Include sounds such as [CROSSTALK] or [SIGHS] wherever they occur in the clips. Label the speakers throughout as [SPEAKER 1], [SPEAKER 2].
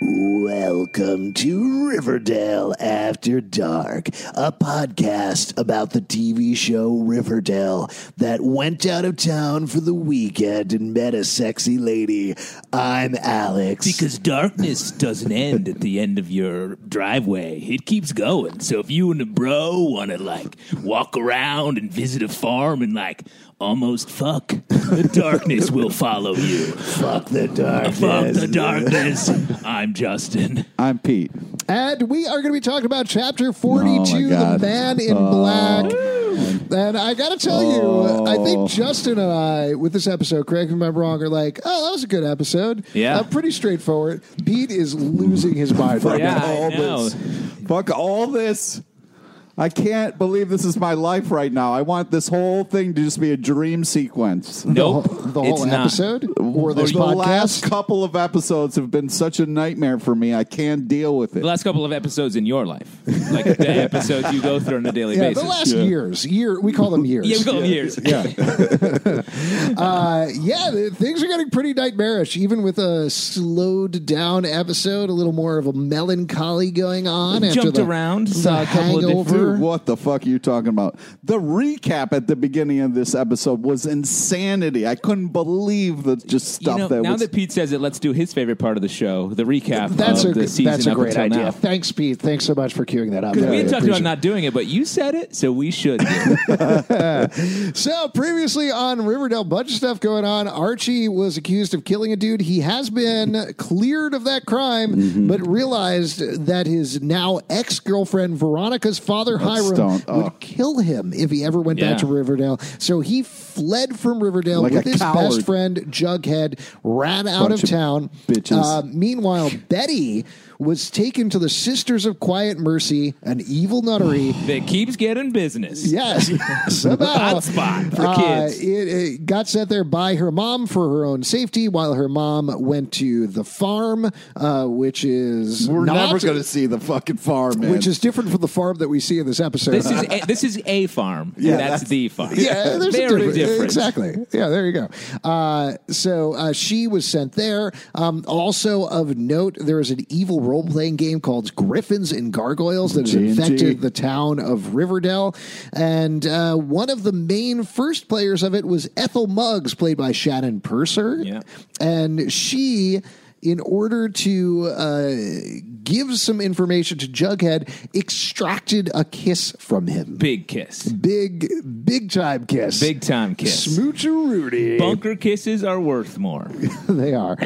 [SPEAKER 1] Welcome to Riverdale After Dark, a podcast about the TV show Riverdale that went out of town for the weekend and met a sexy lady. I'm Alex.
[SPEAKER 2] Because darkness doesn't end at the end of your driveway. It keeps going. So if you and the bro want to like walk around and visit a farm and like almost fuck, the [LAUGHS] darkness will follow you.
[SPEAKER 1] fuck the darkness.
[SPEAKER 2] Fuck the darkness. I'm Justin.
[SPEAKER 3] I'm Pete.
[SPEAKER 4] And we are going to be talking about
[SPEAKER 5] Oh
[SPEAKER 4] chapter 42, The
[SPEAKER 3] God.
[SPEAKER 4] Man in Black. And I got to tell you, I
[SPEAKER 5] Oh.
[SPEAKER 4] think Justin and I, with this episode, correct me if I'm wrong, are like, oh, that was a good episode.
[SPEAKER 5] Yeah.
[SPEAKER 4] Uh, pretty straightforward. Pete is losing his mind right
[SPEAKER 5] Yeah,
[SPEAKER 4] now.
[SPEAKER 5] I know.
[SPEAKER 3] Fuck all this. I can't believe this is my life right now. I want this whole thing to just be a dream sequence.
[SPEAKER 5] Nope.
[SPEAKER 4] The, the whole
[SPEAKER 5] it's not.
[SPEAKER 4] episode or this
[SPEAKER 3] the last
[SPEAKER 4] podcast.
[SPEAKER 3] couple of episodes have been such a nightmare for me. I can't deal with it.
[SPEAKER 5] The last couple of episodes in your life, like
[SPEAKER 4] [LAUGHS]
[SPEAKER 5] the episodes you go through on a daily
[SPEAKER 4] Yeah,
[SPEAKER 5] basis.
[SPEAKER 4] the last years. Year we call them
[SPEAKER 5] [LAUGHS]
[SPEAKER 4] years.
[SPEAKER 5] yeah, we call them years.
[SPEAKER 4] Uh, yeah, th- things are getting pretty nightmarish, even with a slowed down episode, a little more of a melancholy going on. after
[SPEAKER 5] Jumped
[SPEAKER 4] the,
[SPEAKER 5] around,
[SPEAKER 4] the
[SPEAKER 5] saw a couple of
[SPEAKER 4] hangover.
[SPEAKER 3] Dude, what the fuck are you talking about? The recap at the beginning of this episode was insanity. I couldn't believe the just stuff
[SPEAKER 5] You know,
[SPEAKER 3] that
[SPEAKER 5] now
[SPEAKER 3] was.
[SPEAKER 5] that Pete says it, let's do his favorite part of the show, the recap
[SPEAKER 4] That's
[SPEAKER 5] of
[SPEAKER 4] a,
[SPEAKER 5] the season
[SPEAKER 4] that's a
[SPEAKER 5] up
[SPEAKER 4] great
[SPEAKER 5] until
[SPEAKER 4] idea.
[SPEAKER 5] now.
[SPEAKER 4] Thanks, Pete. Thanks so much for queuing that up. I
[SPEAKER 5] we had talked
[SPEAKER 4] appreciate
[SPEAKER 5] about not doing it, but you said it, so we
[SPEAKER 4] [LAUGHS]
[SPEAKER 5] should. do it.
[SPEAKER 4] it. So, previously on Riverdale, bunch of stuff going on. Archie was accused of killing a dude. He has been cleared of that crime,
[SPEAKER 3] Mm-hmm.
[SPEAKER 4] but realized that his now ex girlfriend, Veronica's father, Hiram,
[SPEAKER 3] stoned. Oh.
[SPEAKER 4] would kill him if he ever went back
[SPEAKER 5] Yeah.
[SPEAKER 4] to Riverdale. So, he fled from Riverdale
[SPEAKER 3] Like
[SPEAKER 4] with
[SPEAKER 3] a
[SPEAKER 4] his best
[SPEAKER 3] coward.
[SPEAKER 4] friend, Jughead, ran out
[SPEAKER 3] Bunch
[SPEAKER 4] of
[SPEAKER 3] of
[SPEAKER 4] town.
[SPEAKER 3] bitches.
[SPEAKER 4] Uh, meanwhile, Betty was taken to the Sisters of Quiet Mercy, an
[SPEAKER 3] [SIGHS]
[SPEAKER 4] evil nuttery.
[SPEAKER 5] that keeps getting business.
[SPEAKER 4] Yes, somehow
[SPEAKER 5] Hot spot for
[SPEAKER 4] uh,
[SPEAKER 5] kids.
[SPEAKER 4] It, it got sent there by her mom for her own safety, while her mom went to the farm, uh, which is
[SPEAKER 3] we're
[SPEAKER 4] not-
[SPEAKER 3] never going to see the fucking farm, man.
[SPEAKER 4] which is different from the farm that we see in this episode.
[SPEAKER 5] This is a, this is a farm. Yeah, that's,
[SPEAKER 3] that's-
[SPEAKER 5] the farm.
[SPEAKER 4] yeah, there's
[SPEAKER 5] Very
[SPEAKER 4] a difference.
[SPEAKER 5] different.
[SPEAKER 4] Exactly. Yeah, there you go. Uh, so uh, she was sent there. Um, also of note, there is an evil role playing game called Griffins and Gargoyles that has
[SPEAKER 3] G&G.
[SPEAKER 4] infected the town of Riverdale, and uh, one of the main first players of it was Ethel Muggs, played by Shannon Purser,
[SPEAKER 5] Yeah.
[SPEAKER 4] and she. In order to uh, give some information to Jughead, extracted a kiss from him
[SPEAKER 5] Big kiss.
[SPEAKER 4] big, big time kiss.
[SPEAKER 5] Big time kiss.
[SPEAKER 4] Smoocherooty.
[SPEAKER 5] Bunker kisses are worth more.
[SPEAKER 4] [LAUGHS] They are.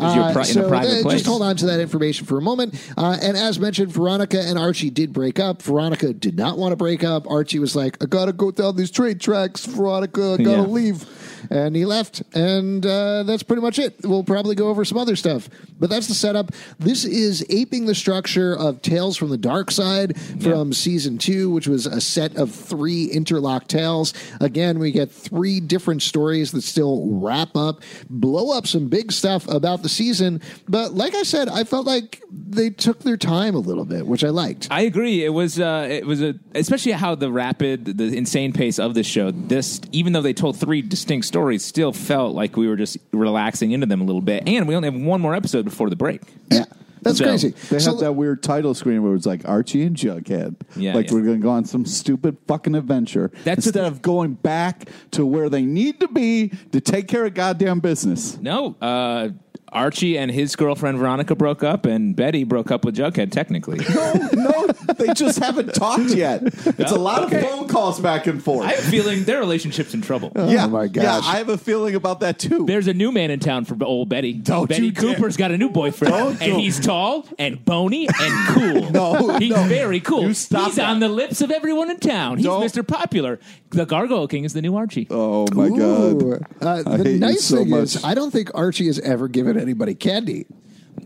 [SPEAKER 4] Uh,
[SPEAKER 5] you're pri- in a
[SPEAKER 4] so
[SPEAKER 5] private
[SPEAKER 4] th-
[SPEAKER 5] place.
[SPEAKER 4] Just hold on to that information for a moment. Uh, and as mentioned, Veronica and Archie did break up. Veronica did not want to break up. Archie was like, I got to go down these train tracks. Veronica, I got to
[SPEAKER 5] Yeah.
[SPEAKER 4] leave. And he left. And uh, that's pretty much it. We'll probably go over some other stuff. life, but that's the setup. This is aping the structure of Tales from the Dark Side from season two, which was a set of three interlocked tales. Again, we get three different stories that still wrap up, blow up some big stuff about the season. But like I said, I felt like they took their time a little bit, which I liked.
[SPEAKER 5] I agree. It was uh, it was a especially how the rapid, the insane pace of this show. This even though they told three distinct stories, still felt like we were just relaxing into them a little bit. And we only have one more episode before the break.
[SPEAKER 4] Yeah, that's
[SPEAKER 5] So,
[SPEAKER 4] crazy.
[SPEAKER 3] They
[SPEAKER 4] So-
[SPEAKER 3] have that oh weird title screen where it's like Archie and Jughead.
[SPEAKER 5] Yeah,
[SPEAKER 3] like
[SPEAKER 5] yeah.
[SPEAKER 3] we're going to go on some stupid fucking adventure
[SPEAKER 5] That's
[SPEAKER 3] instead
[SPEAKER 5] the-
[SPEAKER 3] of going back to where they need to be to take care of goddamn business.
[SPEAKER 5] No, uh, Archie and his girlfriend Veronica broke up, and Betty broke up with Jughead. Technically,
[SPEAKER 3] [LAUGHS] No, [LAUGHS] no, they just haven't talked yet. It's a lot of phone calls back and forth.
[SPEAKER 5] I have a feeling their relationship's in trouble.
[SPEAKER 3] yeah,
[SPEAKER 1] my
[SPEAKER 3] yeah,
[SPEAKER 1] gosh.
[SPEAKER 3] I have a feeling about that too.
[SPEAKER 5] There's a new man in town for old Betty.
[SPEAKER 3] Don't
[SPEAKER 5] Betty
[SPEAKER 3] you dare.
[SPEAKER 5] Cooper's got a new boyfriend,
[SPEAKER 3] Don't
[SPEAKER 5] and
[SPEAKER 3] do-
[SPEAKER 5] he's tall and bony and cool.
[SPEAKER 3] [LAUGHS] No,
[SPEAKER 5] he's
[SPEAKER 3] no.
[SPEAKER 5] very cool.
[SPEAKER 3] You stop
[SPEAKER 5] he's
[SPEAKER 3] that.
[SPEAKER 5] on the lips of everyone in town. He's
[SPEAKER 3] Don't-
[SPEAKER 5] Mr. Popular. The Gargoyle King is the new Archie.
[SPEAKER 3] oh my
[SPEAKER 4] Ooh. Uh,
[SPEAKER 3] I hate
[SPEAKER 4] the
[SPEAKER 3] you
[SPEAKER 4] nice
[SPEAKER 3] so
[SPEAKER 4] thing
[SPEAKER 3] much.
[SPEAKER 4] is, I don't think Archie has ever given anybody candy.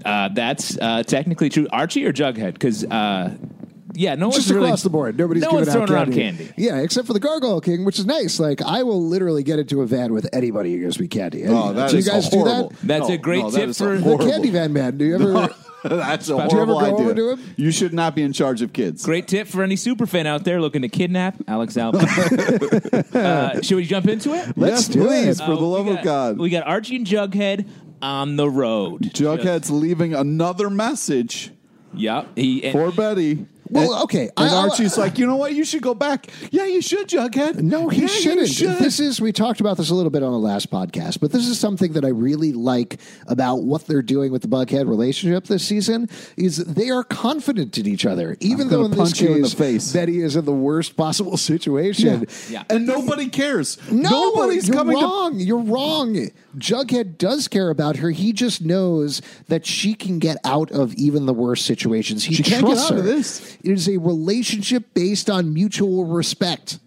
[SPEAKER 5] Uh, that's uh, technically true. Archie or Jughead? Because uh, yeah, no
[SPEAKER 4] Just
[SPEAKER 5] one's really,
[SPEAKER 4] across the board, nobody's
[SPEAKER 5] no
[SPEAKER 4] giving
[SPEAKER 5] one's
[SPEAKER 4] out
[SPEAKER 5] throwing around
[SPEAKER 4] candy.
[SPEAKER 5] candy.
[SPEAKER 4] Yeah, except for the Gargoyle King, which is nice. Like I will literally get into a van with anybody who gives me candy.
[SPEAKER 3] Oh, that
[SPEAKER 4] do
[SPEAKER 3] is
[SPEAKER 4] you guys
[SPEAKER 3] horrible.
[SPEAKER 4] do
[SPEAKER 5] That's
[SPEAKER 3] No,
[SPEAKER 5] a great
[SPEAKER 3] no, that
[SPEAKER 5] tip
[SPEAKER 3] is a
[SPEAKER 5] for
[SPEAKER 4] that? The
[SPEAKER 3] horrible- [LAUGHS]
[SPEAKER 4] candy van man. Do you ever?
[SPEAKER 3] That's a
[SPEAKER 4] you ever
[SPEAKER 3] horrible
[SPEAKER 4] go over
[SPEAKER 3] idea.
[SPEAKER 4] to him?
[SPEAKER 3] You should not be in charge of kids.
[SPEAKER 5] Great tip for any super fan out there looking to kidnap Alex Alba.
[SPEAKER 3] [LAUGHS]
[SPEAKER 5] uh, should we jump into it?
[SPEAKER 3] Let's
[SPEAKER 4] do it.
[SPEAKER 3] please, for
[SPEAKER 5] Uh,
[SPEAKER 3] the love
[SPEAKER 5] we
[SPEAKER 3] of
[SPEAKER 5] got-
[SPEAKER 3] God.
[SPEAKER 5] We got Archie and Jughead on the road.
[SPEAKER 3] Jughead's leaving another message
[SPEAKER 5] Yep. He and
[SPEAKER 3] for Betty.
[SPEAKER 4] Well,
[SPEAKER 3] And-
[SPEAKER 4] okay,
[SPEAKER 3] And
[SPEAKER 4] I- I-
[SPEAKER 3] Archie's like, you know what? You should go back. Yeah, you should, Jughead.
[SPEAKER 4] No, he
[SPEAKER 3] Yeah, you
[SPEAKER 4] shouldn't.
[SPEAKER 3] should."
[SPEAKER 4] This is we talked about this a little bit on the last podcast, but this is something that I really like about what they're doing with the Bughead relationship this season is they are confident in each other, even though
[SPEAKER 3] gonna
[SPEAKER 4] in this
[SPEAKER 3] punch you
[SPEAKER 4] case
[SPEAKER 3] in the face.
[SPEAKER 4] Betty is in the worst possible situation.
[SPEAKER 5] Yeah.
[SPEAKER 3] and nobody cares.
[SPEAKER 4] No,
[SPEAKER 3] Nobody's
[SPEAKER 4] you're
[SPEAKER 3] coming to
[SPEAKER 4] wrong. You're wrong. Jughead does care about her. He just knows that she can get out of even the worst situations. He
[SPEAKER 3] She can't
[SPEAKER 4] trusts
[SPEAKER 3] get out of
[SPEAKER 4] her.
[SPEAKER 3] this.
[SPEAKER 4] It is a relationship based on mutual respect.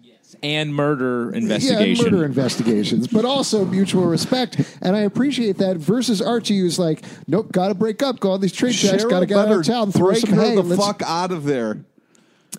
[SPEAKER 5] and murder
[SPEAKER 4] Yeah, and
[SPEAKER 5] investigation.
[SPEAKER 4] murder investigations, but also mutual respect, and I appreciate that. Versus Archie, who's like, "Nope, got to break up, go on these trade checks,
[SPEAKER 3] Cheryl
[SPEAKER 4] got to get out
[SPEAKER 3] better
[SPEAKER 4] of town, throw
[SPEAKER 3] break
[SPEAKER 4] some
[SPEAKER 3] her
[SPEAKER 4] hay."
[SPEAKER 3] the
[SPEAKER 4] let's-
[SPEAKER 3] fuck out of there.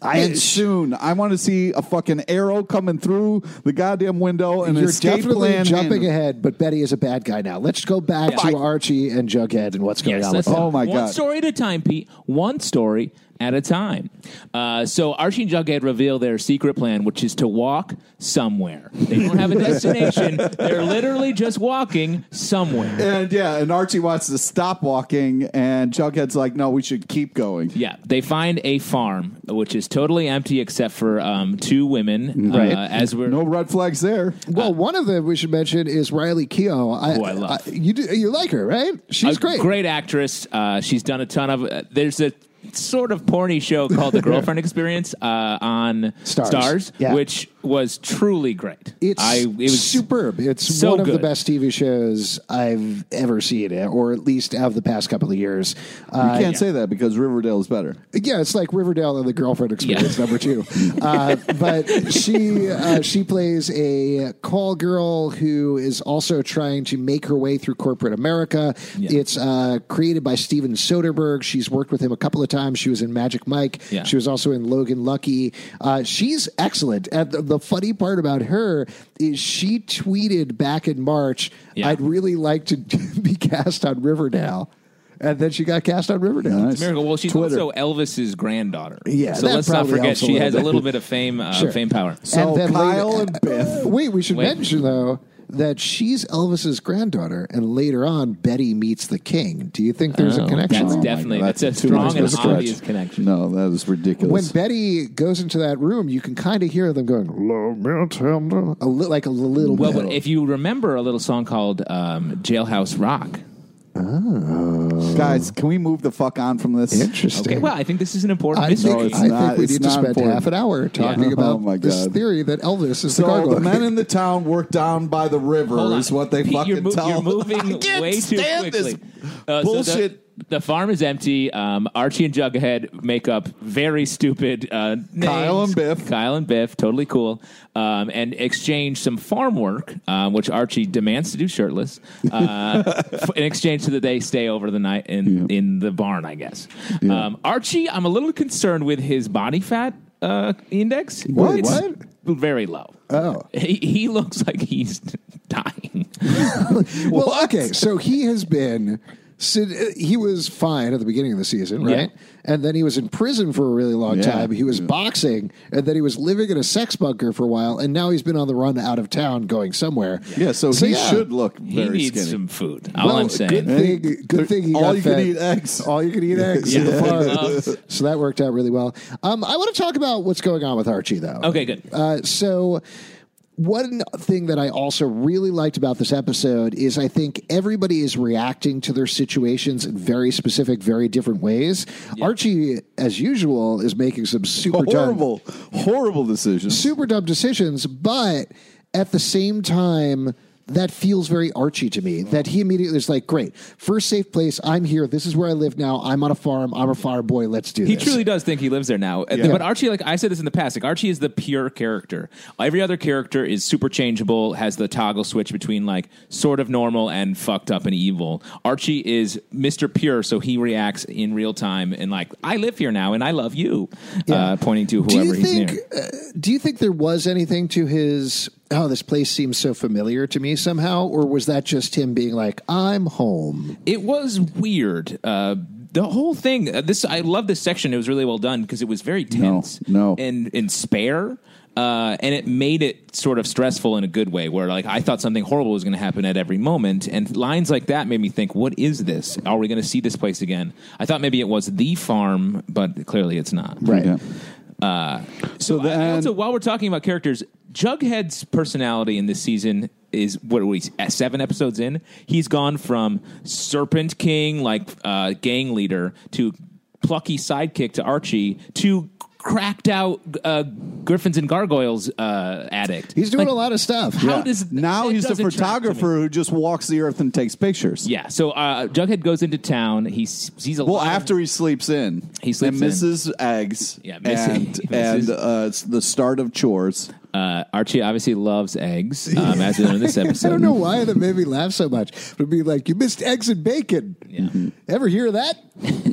[SPEAKER 4] I-
[SPEAKER 3] and soon, I want to see a fucking arrow coming through the goddamn window and
[SPEAKER 4] You're
[SPEAKER 3] escape
[SPEAKER 4] definitely
[SPEAKER 3] plan.
[SPEAKER 4] jumping
[SPEAKER 3] and-
[SPEAKER 4] ahead, but Betty is a bad guy now. Let's go back
[SPEAKER 5] Yeah.
[SPEAKER 4] to Archie and Jughead and what's going
[SPEAKER 5] Yes,
[SPEAKER 4] on with
[SPEAKER 5] that's
[SPEAKER 4] them.
[SPEAKER 3] Oh my
[SPEAKER 5] One
[SPEAKER 3] God.
[SPEAKER 5] story at a time, Pete. One story at a time. Uh, so Archie and Jughead reveal their secret plan, which is to walk somewhere. They don't have a
[SPEAKER 3] [LAUGHS]
[SPEAKER 5] destination. They're literally just walking somewhere.
[SPEAKER 3] And yeah, and Archie wants to stop walking, and Jughead's like, "No, we should keep going."
[SPEAKER 5] Yeah, they find a farm which is totally empty except for um, two
[SPEAKER 4] Mm-hmm.
[SPEAKER 5] women.
[SPEAKER 3] Right.
[SPEAKER 5] Uh, as we're
[SPEAKER 3] No red flags there.
[SPEAKER 4] Well, one of them we should mention is Riley Keough.
[SPEAKER 5] Who I love.
[SPEAKER 4] you do, you like her, right? She's
[SPEAKER 5] a
[SPEAKER 4] great.
[SPEAKER 5] actress. Uh, she's done a ton of. Uh, there's a sort of porny
[SPEAKER 4] [LAUGHS]
[SPEAKER 5] show called The Girlfriend Experience uh, on
[SPEAKER 4] Stars. Yeah.
[SPEAKER 5] which was truly great.
[SPEAKER 4] It's
[SPEAKER 5] I, it was
[SPEAKER 4] superb. It's
[SPEAKER 5] so
[SPEAKER 4] one of the
[SPEAKER 5] good.
[SPEAKER 4] best TV shows I've ever seen, or at least of the past couple of years.
[SPEAKER 3] You
[SPEAKER 4] Uh,
[SPEAKER 3] can't say that because Riverdale is better.
[SPEAKER 4] yeah, it's like Riverdale and the Girlfriend Experience
[SPEAKER 5] [LAUGHS]
[SPEAKER 4] number two. Uh, but she uh, she plays a call girl who is also trying to make her way through corporate America.
[SPEAKER 5] Yeah.
[SPEAKER 4] It's uh, created by Steven Soderbergh. She's worked with him a couple of times. She was in Magic Mike.
[SPEAKER 5] Yeah.
[SPEAKER 4] She was also in Logan Lucky. Uh, she's excellent. And the, the funny part about her is she tweeted back in March,
[SPEAKER 5] Yeah.
[SPEAKER 4] "I'd really like to [LAUGHS] be cast on Riverdale." And then she got cast on Riverdale.
[SPEAKER 3] Nice.
[SPEAKER 5] It's a miracle. Well, she's
[SPEAKER 3] Twitter.
[SPEAKER 5] also Elvis's granddaughter.
[SPEAKER 4] Yeah,
[SPEAKER 5] so
[SPEAKER 4] that
[SPEAKER 5] let's not
[SPEAKER 4] probably
[SPEAKER 5] forget
[SPEAKER 4] helps a
[SPEAKER 5] she
[SPEAKER 4] little
[SPEAKER 5] has
[SPEAKER 4] bit.
[SPEAKER 5] a little bit of fame, uh,
[SPEAKER 4] Sure.
[SPEAKER 5] fame power.
[SPEAKER 3] So Kyle
[SPEAKER 4] later-
[SPEAKER 3] and Beth.
[SPEAKER 4] [LAUGHS] Wait, we should
[SPEAKER 5] Wait.
[SPEAKER 4] mention though that she's Elvis's granddaughter, and later on Betty meets the king. Do you think there's a
[SPEAKER 5] Oh,
[SPEAKER 4] connection?
[SPEAKER 5] that's
[SPEAKER 4] there?
[SPEAKER 5] definitely- that's a
[SPEAKER 3] too much
[SPEAKER 5] strong and
[SPEAKER 3] of a stretch.
[SPEAKER 5] obvious connection.
[SPEAKER 3] No, that is
[SPEAKER 4] when
[SPEAKER 3] ridiculous.
[SPEAKER 4] Betty goes into that room, you can kind of hear them going "Lament him," a li- like a little
[SPEAKER 5] Well,
[SPEAKER 4] bit.
[SPEAKER 5] but if you remember a little song called um, Jailhouse Rock.
[SPEAKER 3] Guys, can we move the fuck on from this?
[SPEAKER 4] Interesting.
[SPEAKER 5] Okay, well, I think this is an important
[SPEAKER 4] I
[SPEAKER 5] mystery.
[SPEAKER 4] think,
[SPEAKER 3] it's
[SPEAKER 4] I
[SPEAKER 3] not-
[SPEAKER 4] think we
[SPEAKER 3] it's
[SPEAKER 4] need to
[SPEAKER 3] not
[SPEAKER 4] spend
[SPEAKER 3] important.
[SPEAKER 4] half an hour talking
[SPEAKER 5] Yeah.
[SPEAKER 4] about
[SPEAKER 3] Oh, my
[SPEAKER 4] this
[SPEAKER 3] God.
[SPEAKER 4] theory that Elvis is the
[SPEAKER 3] So
[SPEAKER 4] gargoyle.
[SPEAKER 3] the men
[SPEAKER 4] King.
[SPEAKER 3] in the town work down by the river
[SPEAKER 5] Hold on.
[SPEAKER 3] is what they
[SPEAKER 5] Pete,
[SPEAKER 3] fucking
[SPEAKER 5] you're mo-
[SPEAKER 3] tell.
[SPEAKER 5] You're moving
[SPEAKER 3] [LAUGHS] I can't
[SPEAKER 5] way too
[SPEAKER 3] stand
[SPEAKER 5] quickly.
[SPEAKER 3] This
[SPEAKER 5] Uh, so the-
[SPEAKER 3] bullshit.
[SPEAKER 5] The farm is empty. Um, Archie and Jughead make up very stupid uh, names.
[SPEAKER 3] Kyle and Biff.
[SPEAKER 5] Kyle and Biff, totally cool, um, and exchange some farm work, um, which Archie demands to do shirtless,
[SPEAKER 3] [LAUGHS]
[SPEAKER 5] uh, f- in exchange so that they stay over the night in in the barn, I guess. Um, Archie, I'm a little concerned with his body fat uh, index.
[SPEAKER 3] What?
[SPEAKER 5] It's
[SPEAKER 3] What?
[SPEAKER 5] Very low.
[SPEAKER 4] Oh.
[SPEAKER 5] He, he looks like he's [LAUGHS] dying.
[SPEAKER 4] [LAUGHS] Well, okay. So he has been. sit- He was fine at the beginning of the season, right? And then he was in prison for a really long
[SPEAKER 3] Yeah.
[SPEAKER 4] time. He was boxing, and then he was living in a sex bunker for a while, and now he's been on the run out of town, going somewhere.
[SPEAKER 3] Yeah, so, he
[SPEAKER 4] yeah.
[SPEAKER 3] should look
[SPEAKER 5] He
[SPEAKER 3] very
[SPEAKER 5] needs
[SPEAKER 3] skinny.
[SPEAKER 5] some food. All
[SPEAKER 4] Well,
[SPEAKER 5] I'm saying.
[SPEAKER 4] Good thing, good thing he
[SPEAKER 3] all
[SPEAKER 4] got
[SPEAKER 3] you can
[SPEAKER 4] fed.
[SPEAKER 3] eat eggs.
[SPEAKER 4] All you can eat eggs. at the
[SPEAKER 5] Uh,
[SPEAKER 4] farm. so that worked out really well. Um, I want to talk about what's going on with Archie, though.
[SPEAKER 5] Okay, good.
[SPEAKER 4] Uh, so. One thing that I also really liked about this episode is I think everybody is reacting to their situations in very specific, very different ways. Archie, as usual, is making some super dumb
[SPEAKER 3] horrible, horrible decision.
[SPEAKER 4] super dumb decisions, but at the same time, that feels very Archie to me. That he immediately is like, "Great, first safe place. I'm here. This is where I live now. I'm on a farm. I'm a farm boy. Let's do
[SPEAKER 5] He
[SPEAKER 4] this."
[SPEAKER 5] truly does think he lives there now. But Archie, like I said this in the past, like Archie is the pure character. Every other character is super changeable, has the toggle switch between like sort of normal and fucked up and evil. Archie is Mr. Pure, so he reacts in real time and like, I live here now and I love you. Uh, pointing to
[SPEAKER 4] do
[SPEAKER 5] whoever
[SPEAKER 4] you
[SPEAKER 5] he's
[SPEAKER 4] think?
[SPEAKER 5] near.
[SPEAKER 4] Uh, do you think there was anything to his? Oh, this place seems so familiar to me somehow, or was that just him being like, "I'm home"?
[SPEAKER 5] It was weird. Uh the whole thing. Uh, this I love this section. It was really well done because it was very tense,
[SPEAKER 3] no.
[SPEAKER 5] and and spare, uh, and it made it sort of stressful in a good way. Where like I thought something horrible was going to happen at every moment, and lines like that made me think, "What is this? Are we going to see this place again?" I thought maybe it was the farm, but clearly it's not.
[SPEAKER 4] Right.
[SPEAKER 3] Yeah.
[SPEAKER 5] So
[SPEAKER 3] then-
[SPEAKER 5] also, while we're talking about characters, Jughead's personality in this season is what are we at seven episodes in? He's gone from Serpent King, like uh, gang leader, to plucky sidekick to Archie to cracked out uh, Griffins and Gargoyles uh, addict.
[SPEAKER 4] He's doing
[SPEAKER 5] Like,
[SPEAKER 4] a lot of stuff.
[SPEAKER 5] How
[SPEAKER 3] Yeah.
[SPEAKER 5] does
[SPEAKER 3] now
[SPEAKER 5] that
[SPEAKER 3] he's the
[SPEAKER 5] doesn't track to me.
[SPEAKER 3] photographer who just walks the earth and takes pictures.
[SPEAKER 5] Yeah, so uh, Jughead goes into town. He sees a
[SPEAKER 3] Well,
[SPEAKER 5] lot of-
[SPEAKER 3] after he sleeps in,
[SPEAKER 5] He sleeps
[SPEAKER 3] and misses eggs.
[SPEAKER 5] Yeah, miss-
[SPEAKER 3] [LAUGHS] and
[SPEAKER 5] he misses-
[SPEAKER 3] and uh, it's the start of chores.
[SPEAKER 5] uh, Archie obviously loves eggs,
[SPEAKER 3] [LAUGHS]
[SPEAKER 5] um, as in this episode.
[SPEAKER 4] I don't know why that made me laugh so much. But be like, "You missed eggs and bacon." Ever hear
[SPEAKER 5] [LAUGHS]
[SPEAKER 4] of that?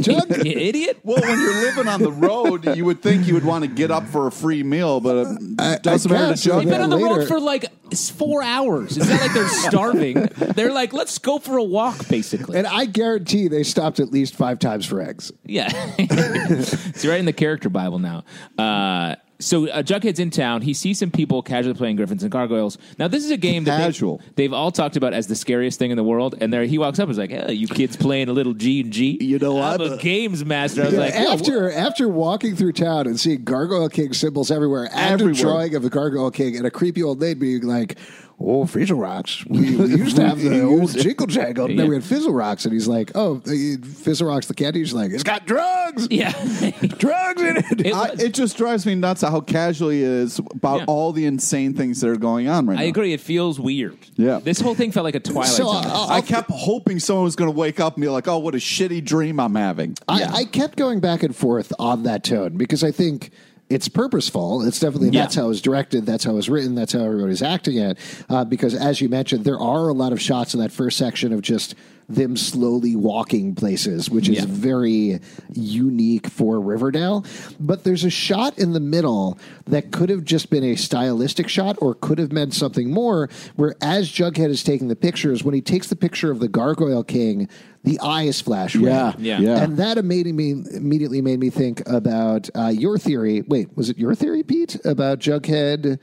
[SPEAKER 4] Jug?
[SPEAKER 5] You [LAUGHS] idiot.
[SPEAKER 3] Well, when you're living on the road, you would think you would want to get up for a free meal, but it doesn't
[SPEAKER 4] I
[SPEAKER 3] matter
[SPEAKER 4] guess,
[SPEAKER 3] to Jughead.
[SPEAKER 4] They've
[SPEAKER 5] They've been on the
[SPEAKER 4] later-
[SPEAKER 5] road for like s- four hours. It's not like
[SPEAKER 3] [LAUGHS]
[SPEAKER 5] they're starving. they're like, let's go for a walk, basically.
[SPEAKER 4] And I guarantee they stopped at least five times for eggs.
[SPEAKER 5] yeah. [LAUGHS] it's right in the character Bible now. Uh, so uh, Jughead's in town. He sees some people casually playing Griffins and Gargoyles. Now this is a game that they-
[SPEAKER 3] Casual.
[SPEAKER 5] they've all talked about as the scariest thing in the world. And there he walks up and is like, "Hey, you kids playing a little G and G?
[SPEAKER 3] You know,
[SPEAKER 5] I'm,
[SPEAKER 3] I'm
[SPEAKER 5] a,
[SPEAKER 3] a-
[SPEAKER 5] games master." I was like, "Oh,
[SPEAKER 4] after after walking through town and seeing Gargoyle King symbols everywhere, after
[SPEAKER 3] Everywhere.
[SPEAKER 4] drawing of the Gargoyle King and a creepy old lady being like, "Oh, Fizzle Rocks, we, we used to have the old Jingle Jangle, and then we had Fizzle Rocks," and he's like, "Oh, the- Fizzle Rocks, the candy." She's like, "It's got drugs,
[SPEAKER 5] Yeah, [LAUGHS]
[SPEAKER 4] drugs in it."
[SPEAKER 5] It
[SPEAKER 3] I,
[SPEAKER 5] was-
[SPEAKER 3] it just drives me nuts how casual he is about
[SPEAKER 5] Yeah.
[SPEAKER 3] all the insane things that are going on right
[SPEAKER 5] I
[SPEAKER 3] now.
[SPEAKER 5] agree. It feels weird.
[SPEAKER 3] Yeah.
[SPEAKER 5] this whole thing felt like a Twilight
[SPEAKER 4] So uh,
[SPEAKER 5] Zone.
[SPEAKER 4] I'll-
[SPEAKER 3] I kept hoping someone was going to wake up and be like, "Oh, what a shitty dream I'm having."
[SPEAKER 4] I, I kept going back and forth on that tone because I think it's purposeful. It's definitely
[SPEAKER 5] Yeah.
[SPEAKER 4] that's how it was directed, that's how it was written, that's how everybody's acting it. Uh, because as you mentioned, there are a lot of shots in that first section of just them slowly walking places, which is
[SPEAKER 5] Yeah.
[SPEAKER 4] very unique for Riverdale. But there's a shot in the middle that could have just been a stylistic shot or could have meant something more. Where as Jughead is taking the pictures, when he takes the picture of the Gargoyle King, the eyes flash red.
[SPEAKER 5] Yeah. Yeah.
[SPEAKER 4] And that immediately made me, immediately made me think about uh, your theory. Wait, was it your theory, Pete, about Jughead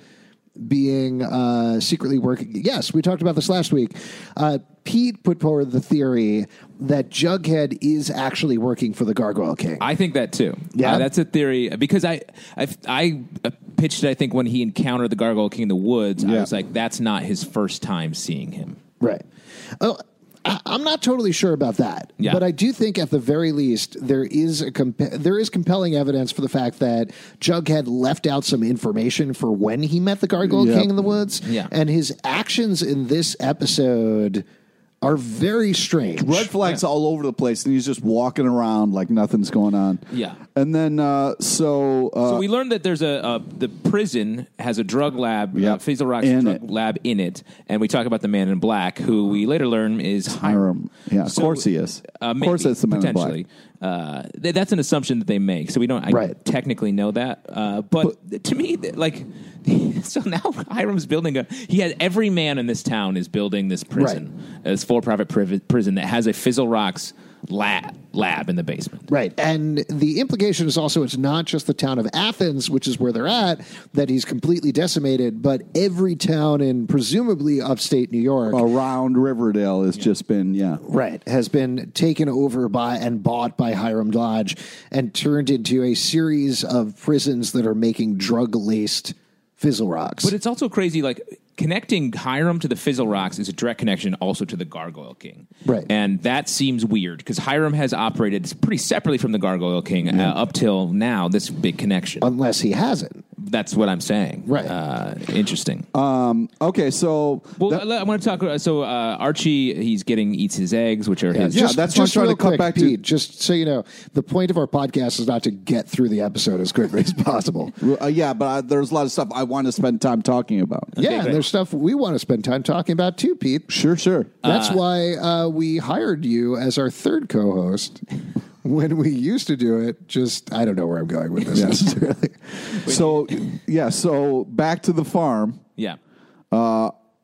[SPEAKER 4] being uh, secretly working? Yes, we talked about this last week. Uh, Pete put forward the theory that Jughead is actually working for the Gargoyle King.
[SPEAKER 5] I think that too.
[SPEAKER 4] Yeah?
[SPEAKER 5] Uh, that's a theory because I I, I uh, pitched. I think when he encountered the Gargoyle King in the woods, I
[SPEAKER 3] Yeah.
[SPEAKER 5] was like, that's not his first time seeing him.
[SPEAKER 4] Right. Oh, I, I'm not totally sure about that,
[SPEAKER 5] Yeah.
[SPEAKER 4] but I do think at the very least there is a comp- there is compelling evidence for the fact that Jughead left out some information for when he met the Gargoyle
[SPEAKER 3] Yeah.
[SPEAKER 4] King in the woods,
[SPEAKER 5] Yeah.
[SPEAKER 4] and his actions in this episode are very strange.
[SPEAKER 3] Red flags all over the place, and he's just walking around like nothing's going on.
[SPEAKER 5] Yeah.
[SPEAKER 3] And then uh, so, uh,
[SPEAKER 5] So we learned that there's a, uh the prison has a drug lab,
[SPEAKER 3] Yeah.
[SPEAKER 5] uh, Fizzle Rock's
[SPEAKER 3] In
[SPEAKER 5] drug
[SPEAKER 3] it.
[SPEAKER 5] lab in it, and we talk about the man in black, who we later learn is Hiram.
[SPEAKER 3] Hiram. um, Yeah, of
[SPEAKER 5] So,
[SPEAKER 3] course he is.
[SPEAKER 5] Uh,
[SPEAKER 3] of course,
[SPEAKER 5] maybe,
[SPEAKER 3] that's the man in black.
[SPEAKER 5] potentially. Uh, th- that's an assumption that they make, so we don't I
[SPEAKER 4] Right.
[SPEAKER 5] technically know that. Uh, but, to me, th- like, [LAUGHS] so now Hiram's building a. He has every man in this town is building this prison, this for-profit priv- prison that has a Fizzle Rocks lab lab in the basement.
[SPEAKER 4] Right. And the implication is also it's not just the town of Athens, which is where they're at, that he's completely decimated, but every town in presumably upstate New York.
[SPEAKER 3] Oh, Around Riverdale has just been yeah.
[SPEAKER 4] Right, has been taken over by and bought by Hiram Lodge and turned into a series of prisons that are making drug laced fizzle rocks.
[SPEAKER 5] But it's also crazy, like connecting Hiram to the Fizzle Rocks is a direct connection also to the Gargoyle King.
[SPEAKER 4] Right.
[SPEAKER 5] And that seems weird because Hiram has operated pretty separately from the Gargoyle King uh, up till now, this big connection.
[SPEAKER 4] Unless he hasn't.
[SPEAKER 5] That's what I'm saying.
[SPEAKER 4] Right.
[SPEAKER 5] Uh, interesting.
[SPEAKER 3] Okay, so
[SPEAKER 5] well,
[SPEAKER 3] that-
[SPEAKER 5] I- I want to talk. uh, So uh, Archie, he's getting eats his eggs, which are his.
[SPEAKER 3] Yeah, that's what I'm trying
[SPEAKER 4] real
[SPEAKER 3] to cut
[SPEAKER 4] quick,
[SPEAKER 3] back to-
[SPEAKER 4] Pete, Just so you know, the point of our podcast is not to get through the episode as quickly as
[SPEAKER 3] [LAUGHS]
[SPEAKER 4] possible.
[SPEAKER 3] uh, yeah, but I, there's a lot of stuff I want to spend time talking about.
[SPEAKER 4] yeah, and there's stuff we want to spend time talking about too, Pete.
[SPEAKER 3] Sure, sure.
[SPEAKER 4] That's why uh, we hired you as our third co host when we used to do it. Just, I don't know where I'm going with [LAUGHS] this necessarily.
[SPEAKER 3] so yeah, so back to the farm.
[SPEAKER 5] yeah.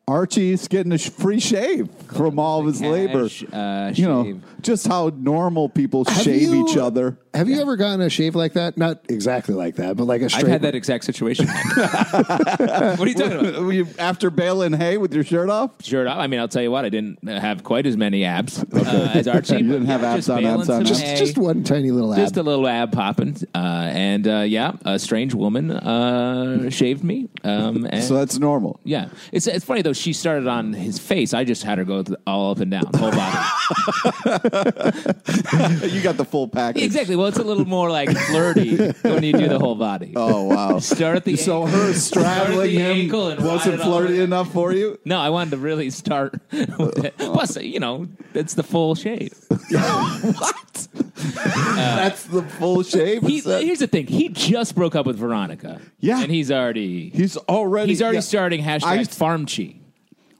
[SPEAKER 3] Archie's getting a sh- free shave from all of his labor.
[SPEAKER 5] Cash, uh,
[SPEAKER 3] you know,
[SPEAKER 5] shave.
[SPEAKER 3] just how normal people
[SPEAKER 4] Have
[SPEAKER 3] shave
[SPEAKER 4] you-
[SPEAKER 5] [LAUGHS]
[SPEAKER 3] each other.
[SPEAKER 4] Have you ever gotten a shave like that? Not exactly like that, but like a
[SPEAKER 5] I've
[SPEAKER 4] straight.
[SPEAKER 5] had that exact
[SPEAKER 3] [LAUGHS]
[SPEAKER 5] situation. what are you talking about?
[SPEAKER 3] You- After baling hay with your shirt off?
[SPEAKER 5] Sure, I mean, I'll tell you what, I didn't have quite as many abs uh,
[SPEAKER 3] [LAUGHS]
[SPEAKER 5] as Archie.
[SPEAKER 3] You
[SPEAKER 5] but
[SPEAKER 3] didn't have
[SPEAKER 5] yeah,
[SPEAKER 3] abs
[SPEAKER 5] just
[SPEAKER 3] on,
[SPEAKER 5] bailing
[SPEAKER 3] abs on,
[SPEAKER 5] some
[SPEAKER 3] abs.
[SPEAKER 5] hay,
[SPEAKER 4] Just one tiny little ab.
[SPEAKER 5] just a little ab popping, uh, and uh, yeah, a strange woman uh, shaved me. Um, and
[SPEAKER 3] So that's normal.
[SPEAKER 5] yeah, it's it's funny though. She started on his face. I just had her go th- all up and down, whole body.
[SPEAKER 3] You got the full package.
[SPEAKER 5] exactly. Well, it's a little more like flirty when you do the whole body.
[SPEAKER 3] [LAUGHS] Oh, wow.
[SPEAKER 5] Start at the
[SPEAKER 3] So
[SPEAKER 5] ankle. [LAUGHS]
[SPEAKER 3] her
[SPEAKER 5] Start at
[SPEAKER 3] straddling
[SPEAKER 5] the
[SPEAKER 3] him
[SPEAKER 5] ankle and ride
[SPEAKER 3] wasn't
[SPEAKER 5] it all the
[SPEAKER 3] flirty
[SPEAKER 5] way.
[SPEAKER 3] enough Uh, for you?
[SPEAKER 5] No, I wanted to really start. [LAUGHS] With it. Plus, you know, it's the full shave.
[SPEAKER 3] what? That's the full shave?
[SPEAKER 5] Uh, He,
[SPEAKER 3] Is that-
[SPEAKER 5] here's the thing. He just broke up with Veronica.
[SPEAKER 3] Yeah.
[SPEAKER 5] and he's already
[SPEAKER 3] he's already.
[SPEAKER 5] He's already
[SPEAKER 3] yeah.
[SPEAKER 5] starting hashtag
[SPEAKER 3] I-
[SPEAKER 5] FarmChi.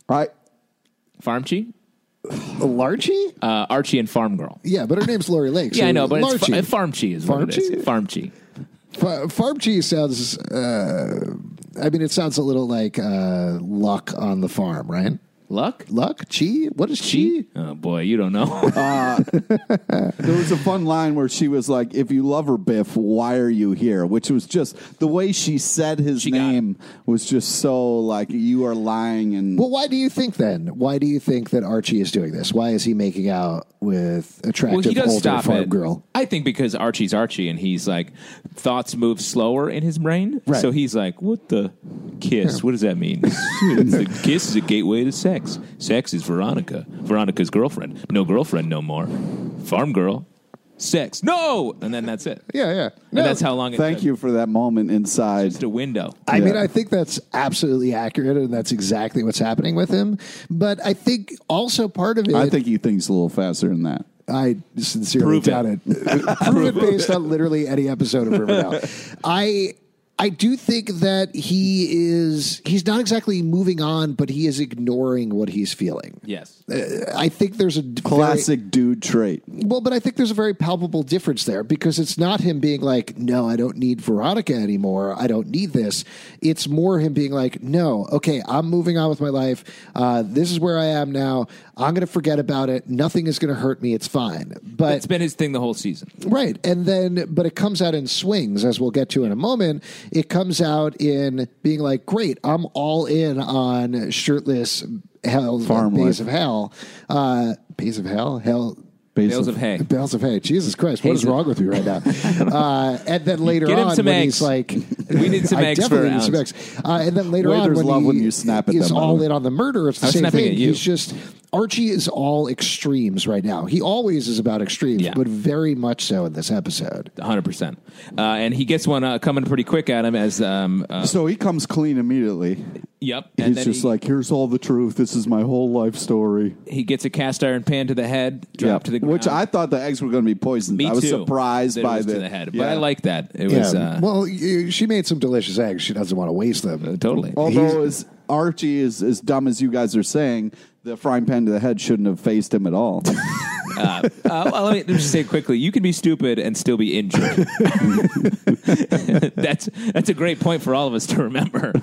[SPEAKER 3] I,
[SPEAKER 5] FarmChi?
[SPEAKER 4] Larchie?
[SPEAKER 5] Uh, Archie and Farm Girl.
[SPEAKER 4] yeah, but her name's Lori Lake.
[SPEAKER 5] Yeah,
[SPEAKER 4] so
[SPEAKER 5] I know, but it's,
[SPEAKER 4] Larchie.
[SPEAKER 5] fa- FarmChi is what it is.
[SPEAKER 4] Farmchi?
[SPEAKER 5] FarmChi.
[SPEAKER 4] Fa- Farm cheese sounds. Uh, I mean, it sounds a little like uh, luck on the farm, right?
[SPEAKER 5] Luck?
[SPEAKER 4] Luck, chi. What is chi?
[SPEAKER 5] Oh, boy, you don't know. [LAUGHS]
[SPEAKER 3] there was a fun line where she was like, "If you love her, Biff, why are you here?" Which was just the way she said his
[SPEAKER 5] She got it.
[SPEAKER 3] name was just so like you are lying and
[SPEAKER 4] Well, why do you think then? Why do you think that Archie is doing this? Why is he making out with
[SPEAKER 5] well, he
[SPEAKER 4] attractive
[SPEAKER 5] does
[SPEAKER 4] older
[SPEAKER 5] stop
[SPEAKER 4] farm
[SPEAKER 5] it.
[SPEAKER 4] girl?
[SPEAKER 5] I think because Archie's Archie and he's like, thoughts move slower in his brain.
[SPEAKER 4] Right.
[SPEAKER 5] So he's like, what the kiss? What does that mean? It's a kiss is a gateway to sex. Sex is Veronica. Veronica's girlfriend. No girlfriend no more. Farm Girl. Sex. No! And then that's it.
[SPEAKER 4] Yeah, yeah. No,
[SPEAKER 5] and that's how long it
[SPEAKER 3] Thank you for that moment inside.
[SPEAKER 5] Just a window.
[SPEAKER 4] I mean,
[SPEAKER 3] Yeah.
[SPEAKER 4] I think that's absolutely accurate, and that's exactly what's happening with him. But I think also part of it,
[SPEAKER 3] I think he thinks a little faster than that.
[SPEAKER 4] I sincerely
[SPEAKER 5] Prove
[SPEAKER 4] doubt it. [LAUGHS]
[SPEAKER 5] it.
[SPEAKER 4] Prove it based on literally any episode of
[SPEAKER 3] [LAUGHS]
[SPEAKER 4] Riverdale. I I do think that he is he's not exactly moving on, but he is ignoring what he's feeling. Uh,
[SPEAKER 5] Yes.
[SPEAKER 4] I think there's a d- very-
[SPEAKER 3] Classic dude trait.
[SPEAKER 4] well, but I think there's a very palpable difference there because it's not him being like, no, I don't need Veronica anymore. I don't need this. It's more him being like, no, okay, I'm moving on with my life. Uh, this is where I am now. I'm going to forget about it. Nothing is going to hurt me. It's fine. But
[SPEAKER 5] It's been his thing the whole season.
[SPEAKER 4] Right. And then, but it comes out in swings, as we'll get to in a moment. It comes out in being like, great, I'm all in on shirtless hell,
[SPEAKER 3] Farm life.
[SPEAKER 4] bays of hell. Uh, bays of hell? Hell.
[SPEAKER 3] Based
[SPEAKER 5] Bales
[SPEAKER 3] on-
[SPEAKER 5] of hay.
[SPEAKER 4] Bales of hay. Jesus Christ, what is
[SPEAKER 5] Hazel.
[SPEAKER 4] wrong with you right
[SPEAKER 5] [LAUGHS]
[SPEAKER 4] now? uh, and then later
[SPEAKER 5] Get him
[SPEAKER 4] on,
[SPEAKER 5] some
[SPEAKER 4] when
[SPEAKER 5] eggs.
[SPEAKER 4] he's like,
[SPEAKER 5] [LAUGHS] We need some
[SPEAKER 4] I
[SPEAKER 5] eggs
[SPEAKER 4] definitely
[SPEAKER 5] for
[SPEAKER 4] need some
[SPEAKER 5] Alex.
[SPEAKER 4] eggs. Uh, and then later
[SPEAKER 3] Waiters
[SPEAKER 4] on, when
[SPEAKER 3] love
[SPEAKER 4] he
[SPEAKER 3] when you snap at
[SPEAKER 4] is
[SPEAKER 3] them,
[SPEAKER 4] all
[SPEAKER 3] Adam.
[SPEAKER 4] in on the murder, it's the
[SPEAKER 5] I'm
[SPEAKER 4] same
[SPEAKER 5] snapping
[SPEAKER 4] thing.
[SPEAKER 5] at you.
[SPEAKER 4] He's just Archie is all extremes right now. He always is about extremes,
[SPEAKER 5] Yeah.
[SPEAKER 4] but very much so in this episode.
[SPEAKER 5] 100%. Uh, and he gets one uh, coming pretty quick at him as um, uh,
[SPEAKER 3] So he comes clean immediately.
[SPEAKER 5] Yep.
[SPEAKER 3] He's just
[SPEAKER 5] he,
[SPEAKER 3] like, here's all the truth. This is my whole life story.
[SPEAKER 5] he gets a cast iron pan to the head, dropped to the ground.
[SPEAKER 3] Which I thought the eggs were going to be poisoned.
[SPEAKER 5] Me
[SPEAKER 3] I was
[SPEAKER 5] too,
[SPEAKER 3] surprised
[SPEAKER 5] that it
[SPEAKER 3] by
[SPEAKER 5] was
[SPEAKER 3] the,
[SPEAKER 5] to the head, but
[SPEAKER 3] Yeah.
[SPEAKER 5] I like that. It
[SPEAKER 4] Yeah.
[SPEAKER 5] was uh,
[SPEAKER 4] Um, well, y- she made some delicious eggs. She doesn't want to waste them.
[SPEAKER 5] totally.
[SPEAKER 3] Although as Archie is as dumb as you guys are saying, the frying pan to the head shouldn't have faced him
[SPEAKER 5] [LAUGHS]
[SPEAKER 3] at all.
[SPEAKER 5] Uh, well, let me just say quickly: you can be stupid and still be injured. [LAUGHS] that's that's a great point for all of us to remember.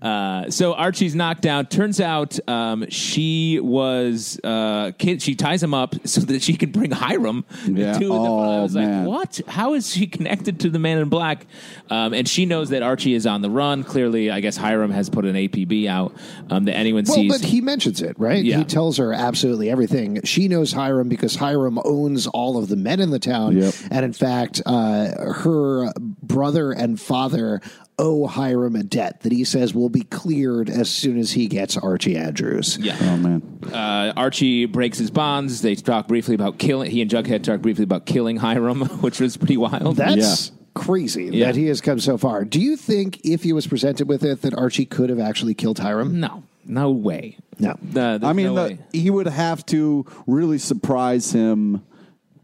[SPEAKER 5] Uh, so Archie's knocked out. Turns out um, she was uh, kid. She ties him up so that she can bring Hiram.
[SPEAKER 3] Yeah.
[SPEAKER 5] to the- I
[SPEAKER 3] Oh,
[SPEAKER 5] was
[SPEAKER 3] man.
[SPEAKER 5] like, what? How is she connected to the Man in Black? Um, and she knows that Archie is on the run. Clearly, I guess Hiram has put an APB out um, that anyone
[SPEAKER 4] Well,
[SPEAKER 5] sees.
[SPEAKER 4] but he mentions it, right?
[SPEAKER 5] Yeah.
[SPEAKER 4] He tells her absolutely everything. She knows Hiram because Hiram owns all of the men in the town.
[SPEAKER 3] Yep.
[SPEAKER 4] And in fact, uh, her brother and father owe Hiram a debt that he says will be cleared as soon as he gets Archie Andrews.
[SPEAKER 5] yeah.
[SPEAKER 3] oh man.
[SPEAKER 5] uh, Archie breaks his bonds. They talk briefly about killing. He and Jughead talk briefly about killing Hiram, [LAUGHS] which was pretty wild.
[SPEAKER 4] That's crazy
[SPEAKER 5] Yeah.
[SPEAKER 4] that he has come so far. Do you think if he was presented with it that Archie could have actually killed Hiram?
[SPEAKER 5] no, no way.
[SPEAKER 4] No.
[SPEAKER 5] The- there's
[SPEAKER 3] I mean,
[SPEAKER 5] no way.
[SPEAKER 3] the, he would have to really surprise him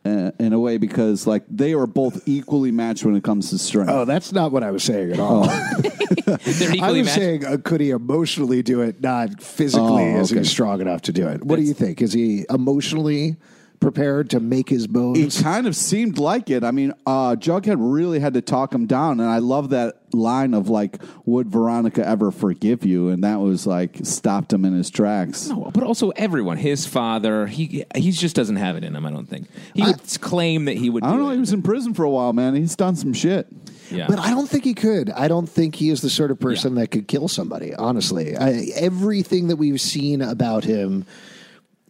[SPEAKER 3] uh, in a way because like they are both equally matched when it comes to strength.
[SPEAKER 4] Oh, that's not what I was saying at all.
[SPEAKER 5] They're
[SPEAKER 4] I
[SPEAKER 5] equally
[SPEAKER 4] was
[SPEAKER 5] matched.
[SPEAKER 4] saying, uh, could he emotionally do it? Not physically.
[SPEAKER 3] Oh,
[SPEAKER 4] Is he
[SPEAKER 3] okay.
[SPEAKER 4] strong enough to do it? What do you think? Is he emotionally prepared to make his
[SPEAKER 3] It
[SPEAKER 4] bones?
[SPEAKER 3] kind of seemed like it. I mean, uh, Jughead really had to talk him down, and I love that line of like, "Would Veronica ever forgive you?" And that was like stopped him in his tracks.
[SPEAKER 5] No, but also everyone. His father. He he just doesn't have it in him. I don't think he would claim that he would.
[SPEAKER 3] I don't
[SPEAKER 5] do
[SPEAKER 3] know.
[SPEAKER 5] it.
[SPEAKER 3] He was in prison for a while, man. He's done some shit.
[SPEAKER 5] Yeah.
[SPEAKER 4] But I don't think he could. I don't think he is the sort of person that could kill somebody. Honestly, I, everything that we've seen about him,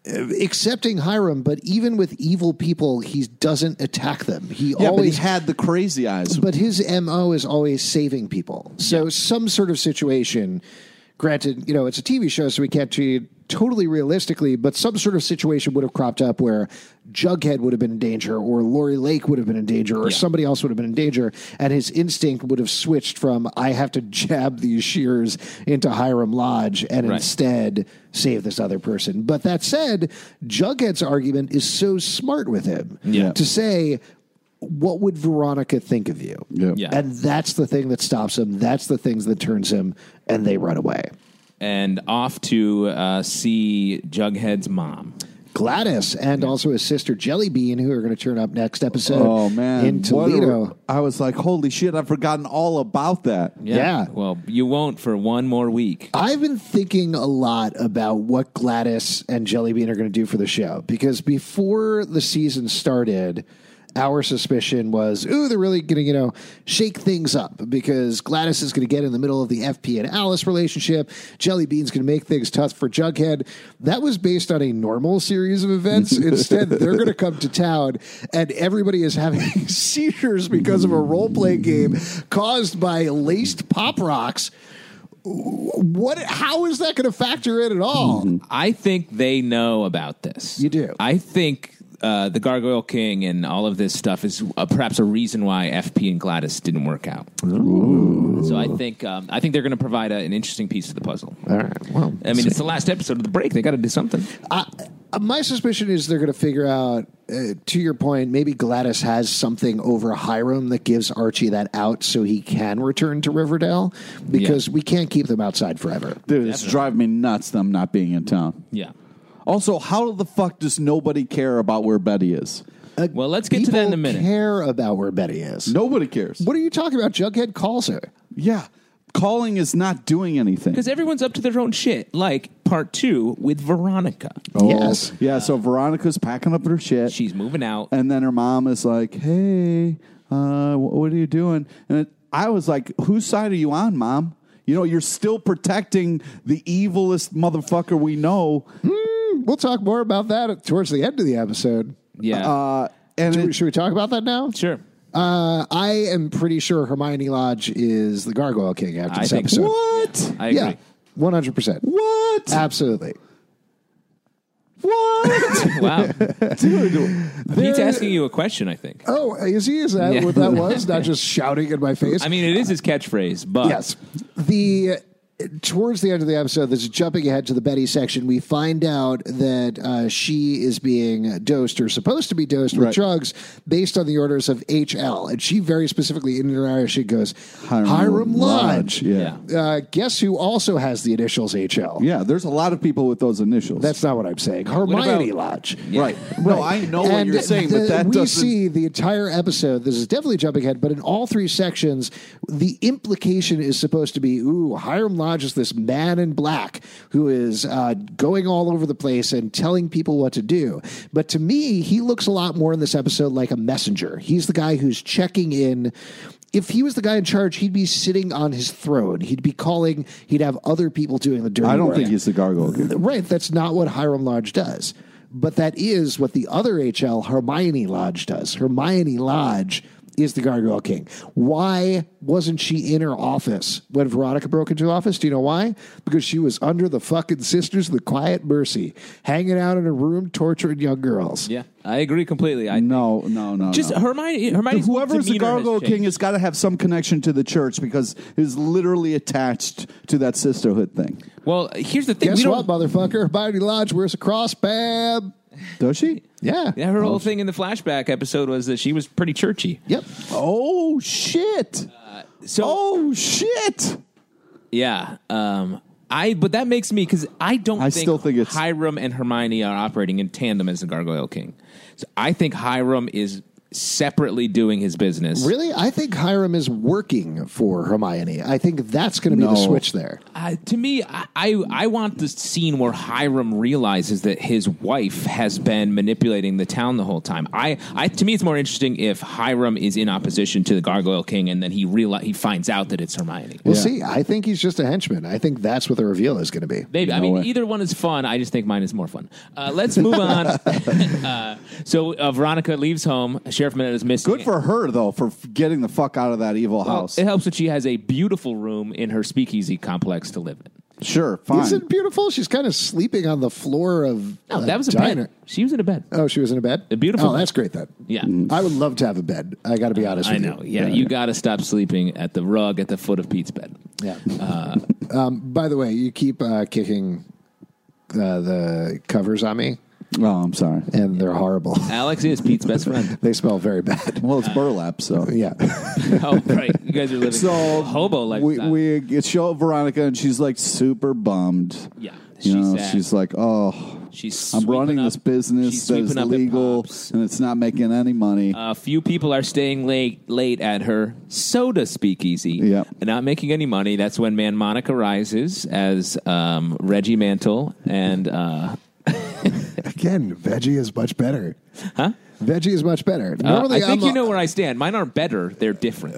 [SPEAKER 4] uh, excepting Hiram, but even with evil people, he doesn't attack them. He
[SPEAKER 3] Yeah,
[SPEAKER 4] always
[SPEAKER 3] but he had the crazy eyes.
[SPEAKER 4] But his MO is always saving people. So some sort of situation, granted, you know, it's a TV show, so we can't treat it totally realistically, but some sort of situation would have cropped up where Jughead would have been in danger or Lori Lake would have been in danger or
[SPEAKER 5] Yeah.
[SPEAKER 4] somebody else would have been in danger. And his instinct would have switched from, I have to jab these shears into Hiram Lodge and
[SPEAKER 5] Right.
[SPEAKER 4] instead save this other person. But that said, Jughead's argument is so smart with him
[SPEAKER 5] Yeah.
[SPEAKER 4] to say, what would Veronica think of you?
[SPEAKER 5] Yeah.
[SPEAKER 4] And that's the thing that stops him. That's the things that turns him, and they run away.
[SPEAKER 5] and off to uh, see Jughead's mom.
[SPEAKER 4] Gladys and also his sister Jelly Bean, who are going to turn up next episode.
[SPEAKER 3] Oh man!
[SPEAKER 4] in
[SPEAKER 3] What a-
[SPEAKER 4] Toledo.
[SPEAKER 3] I was like, "Holy shit!" I've forgotten all about that.
[SPEAKER 4] Yeah.
[SPEAKER 5] Well, you won't for one more week.
[SPEAKER 4] I've been thinking a lot about what Gladys and Jelly Bean are going to do for the show because before the season started, our suspicion was, ooh, they're really going to, you know, shake things up because Gladys is going to get in the middle of the FP and Alice relationship. Jelly Bean's going to make things tough for Jughead. That was based on a normal series of events. Instead, they're going to come to town and everybody is having [LAUGHS] seizures because of a role playing game caused by laced pop rocks what how is that going to factor in at all
[SPEAKER 5] I think they know about this.
[SPEAKER 4] You do?
[SPEAKER 5] I think uh, the Gargoyle King and all of this stuff is uh, perhaps a reason why FP and Gladys didn't work out. So I think um, I think they're going to provide a, an interesting piece to the puzzle.
[SPEAKER 4] all right well
[SPEAKER 5] I mean, it's the last episode of the break. They got to do something.
[SPEAKER 4] I, uh, my suspicion is they're going to figure out uh, to your point maybe gladys has something over hiram that gives archie that out so he can return to riverdale because we can't keep them outside forever
[SPEAKER 3] Dude, it's driving me nuts. Them not being in town.
[SPEAKER 5] Yeah.
[SPEAKER 3] Also, how the fuck does nobody care about where Betty is?
[SPEAKER 5] Well, let's get to that in a
[SPEAKER 4] People
[SPEAKER 5] minute.
[SPEAKER 4] care about where betty is
[SPEAKER 3] Nobody cares.
[SPEAKER 4] what are you talking about jughead calls her
[SPEAKER 3] Yeah, calling is not doing anything.
[SPEAKER 5] Because everyone's up to their own shit, like part two with Veronica.
[SPEAKER 3] Oh,
[SPEAKER 4] Yes.
[SPEAKER 3] Yeah, so Veronica's packing up her shit.
[SPEAKER 5] She's moving out.
[SPEAKER 4] Uh,
[SPEAKER 3] and then her mom is like, hey, uh, wh- what are you doing? And it, I was like, whose side are you on, mom? You know, you're still protecting the evilest motherfucker we know.
[SPEAKER 4] we'll talk more about that towards the end of the episode
[SPEAKER 5] Yeah.
[SPEAKER 3] Uh, and
[SPEAKER 4] should we,
[SPEAKER 3] it,
[SPEAKER 4] should we talk about that now
[SPEAKER 5] sure.
[SPEAKER 4] Uh, I am pretty sure Hermione Lodge is the Gargoyle King after
[SPEAKER 5] I
[SPEAKER 4] this
[SPEAKER 5] think-
[SPEAKER 4] episode.
[SPEAKER 3] what?
[SPEAKER 5] I agree.
[SPEAKER 4] Yeah, one hundred percent,
[SPEAKER 3] What?
[SPEAKER 4] absolutely.
[SPEAKER 3] what?
[SPEAKER 5] [LAUGHS]
[SPEAKER 4] [LAUGHS]
[SPEAKER 5] Wow. Pete's asking you a question, I think.
[SPEAKER 4] Oh, is he? Is that
[SPEAKER 5] Yeah.
[SPEAKER 3] [LAUGHS]
[SPEAKER 4] what that was? Not just shouting in my face.
[SPEAKER 3] uh,
[SPEAKER 5] I mean, it is his catchphrase, but
[SPEAKER 4] yes, the towards the end of the episode, this is jumping ahead to the Betty section. We find out that uh, she is being dosed or supposed to be dosed with
[SPEAKER 3] Right.
[SPEAKER 4] drugs based on the orders of HL. And she very specifically in her eye, she goes, Hiram,
[SPEAKER 3] Hiram Lodge,
[SPEAKER 4] Lodge.
[SPEAKER 5] Yeah.
[SPEAKER 3] yeah.
[SPEAKER 4] Uh, guess who also has the initials HL?
[SPEAKER 3] Yeah, there's a lot of people with those initials.
[SPEAKER 4] That's not what I'm saying. Hermione Lodge.
[SPEAKER 3] right. No, I know what
[SPEAKER 4] And
[SPEAKER 3] you're saying,
[SPEAKER 4] the-
[SPEAKER 3] but that
[SPEAKER 4] we
[SPEAKER 3] doesn't.
[SPEAKER 4] see the entire episode. This is definitely jumping ahead, but in all three sections, the implication is supposed to be: Ooh, Hiram Lodge is this man in black who is uh, going all over the place and telling people what to do. But to me, he looks a lot more in this episode like a messenger. He's the guy who's checking in. If he was the guy in charge, he'd be sitting on his throne. He'd be calling. He'd have other people doing the dirty work.
[SPEAKER 3] I don't think he's the gargoyle. Kid.
[SPEAKER 4] Right, that's not what Hiram Lodge does. But that is what the other HL, Hermione Lodge, does. Hermione Lodge is the Gargoyle King. Why wasn't she in her office when Veronica broke into office? Do you know why? Because she was under the fucking Sisters of the Quiet Mercy, hanging out in a room torturing young girls.
[SPEAKER 5] Yeah, I agree completely. I
[SPEAKER 3] No, no, no.
[SPEAKER 5] just
[SPEAKER 3] no.
[SPEAKER 5] Hermione. Hermione's
[SPEAKER 3] Whoever's the
[SPEAKER 5] demeanor has
[SPEAKER 3] Gargoyle King
[SPEAKER 5] changed.
[SPEAKER 3] has got to have some connection to the church because he's literally attached to that sisterhood thing.
[SPEAKER 5] Well, here's the thing. we
[SPEAKER 4] Guess
[SPEAKER 5] don't.
[SPEAKER 4] what, motherfucker? Hermione Lodge wears a cross, bam.
[SPEAKER 3] Does she?
[SPEAKER 4] Yeah.
[SPEAKER 5] Yeah, her whole thing in the flashback episode was that she was pretty churchy.
[SPEAKER 4] Yep.
[SPEAKER 3] Oh shit!
[SPEAKER 5] So
[SPEAKER 3] oh shit!
[SPEAKER 5] yeah, um, I but that makes me because I don't.
[SPEAKER 3] I
[SPEAKER 5] think
[SPEAKER 3] still think it's-
[SPEAKER 5] Hiram and Hermione are operating in tandem as the Gargoyle King. So I think Hiram is separately doing his business.
[SPEAKER 4] Really? I think Hiram is working for Hermione. I think that's going to be the
[SPEAKER 3] No.
[SPEAKER 4] switch there.
[SPEAKER 5] Uh, to me, I, I I want the scene where Hiram realizes that his wife has been manipulating the town the whole time. I, I to me, it's more interesting if Hiram is in opposition to the Gargoyle King, and then he reali- he finds out that it's Hermione.
[SPEAKER 4] We'll
[SPEAKER 3] Yeah.
[SPEAKER 4] see. I think he's just a henchman. I think that's what the reveal is going to be.
[SPEAKER 5] Maybe I mean
[SPEAKER 3] way.
[SPEAKER 5] either one is fun. I just think mine is more fun. Uh, let's
[SPEAKER 3] [LAUGHS]
[SPEAKER 5] move on. [LAUGHS] uh, so uh, Veronica leaves home. Sheriff Minette is missing.
[SPEAKER 3] Good for her though for f- getting the fuck out of that evil
[SPEAKER 5] Well,
[SPEAKER 3] house.
[SPEAKER 5] It helps that she has a beautiful room in her speakeasy complex to live in.
[SPEAKER 3] sure, fine.
[SPEAKER 4] Isn't it beautiful? She's kind of sleeping on the floor of
[SPEAKER 3] Oh,
[SPEAKER 5] No, Oh, that was a
[SPEAKER 4] diner.
[SPEAKER 5] bed. She was in a bed.
[SPEAKER 4] Oh, she was in a bed.
[SPEAKER 5] A beautiful
[SPEAKER 4] Oh,
[SPEAKER 5] bed.
[SPEAKER 4] that's great. Then
[SPEAKER 5] Yeah.
[SPEAKER 3] Mm.
[SPEAKER 4] I would love to have a bed. I got to be honest.
[SPEAKER 5] I
[SPEAKER 4] with
[SPEAKER 5] know.
[SPEAKER 4] You.
[SPEAKER 5] Yeah, you got to stop sleeping at the rug at the foot of Pete's bed.
[SPEAKER 4] Yeah. um, by the way, you keep uh, kicking uh, the covers on me,
[SPEAKER 3] oh, I'm sorry.
[SPEAKER 5] [LAUGHS]
[SPEAKER 4] and they're horrible. [LAUGHS]
[SPEAKER 5] Alex is Pete's best
[SPEAKER 3] [LAUGHS]
[SPEAKER 5] friend.
[SPEAKER 4] they smell very bad. [LAUGHS]
[SPEAKER 3] Well, it's burlap, so
[SPEAKER 4] Yeah.
[SPEAKER 5] oh, right. You guys are living
[SPEAKER 3] So
[SPEAKER 5] a hobo
[SPEAKER 3] we,
[SPEAKER 5] lifestyle.
[SPEAKER 3] we get show Veronica, and she's like super bummed.
[SPEAKER 5] Yeah,
[SPEAKER 3] you
[SPEAKER 5] she's
[SPEAKER 3] know,
[SPEAKER 5] sad.
[SPEAKER 3] she's like, oh,
[SPEAKER 5] She's
[SPEAKER 3] I'm
[SPEAKER 5] sweeping
[SPEAKER 3] running
[SPEAKER 5] up-
[SPEAKER 3] this business
[SPEAKER 5] she's
[SPEAKER 3] that is
[SPEAKER 5] sweeping up at
[SPEAKER 3] legal,
[SPEAKER 5] Pops. Uh,
[SPEAKER 3] and it's not making any money.
[SPEAKER 5] A few people are staying late late at her soda speakeasy.
[SPEAKER 3] Yeah.
[SPEAKER 5] Not making any money. That's when Man Monica rises as um, Reggie Mantle and uh,
[SPEAKER 4] Again, veggie is much better. Huh? Veggie is much better.
[SPEAKER 5] uh, I
[SPEAKER 4] Normally,
[SPEAKER 5] think
[SPEAKER 4] am
[SPEAKER 5] you
[SPEAKER 4] [LAUGHS]
[SPEAKER 5] know where I stand. Mine aren't better, they're different.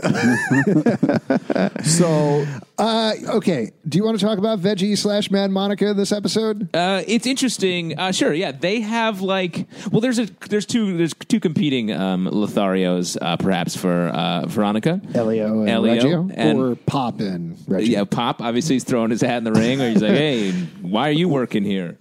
[SPEAKER 3] so
[SPEAKER 4] Uh, okay. Do you want to talk about Veggie slash Mad Monica in this episode?
[SPEAKER 5] Uh, it's interesting. Uh, sure, yeah, they have like well, there's a there's two there's two competing um, Lotharios uh, perhaps for uh, Veronica.
[SPEAKER 4] Elio and
[SPEAKER 5] Elio
[SPEAKER 4] Reggio,
[SPEAKER 5] and-
[SPEAKER 4] or Pop and Reggio.
[SPEAKER 5] Yeah, Pop obviously he's throwing his hat in the ring, or he's like, "Hey, why are you working here?"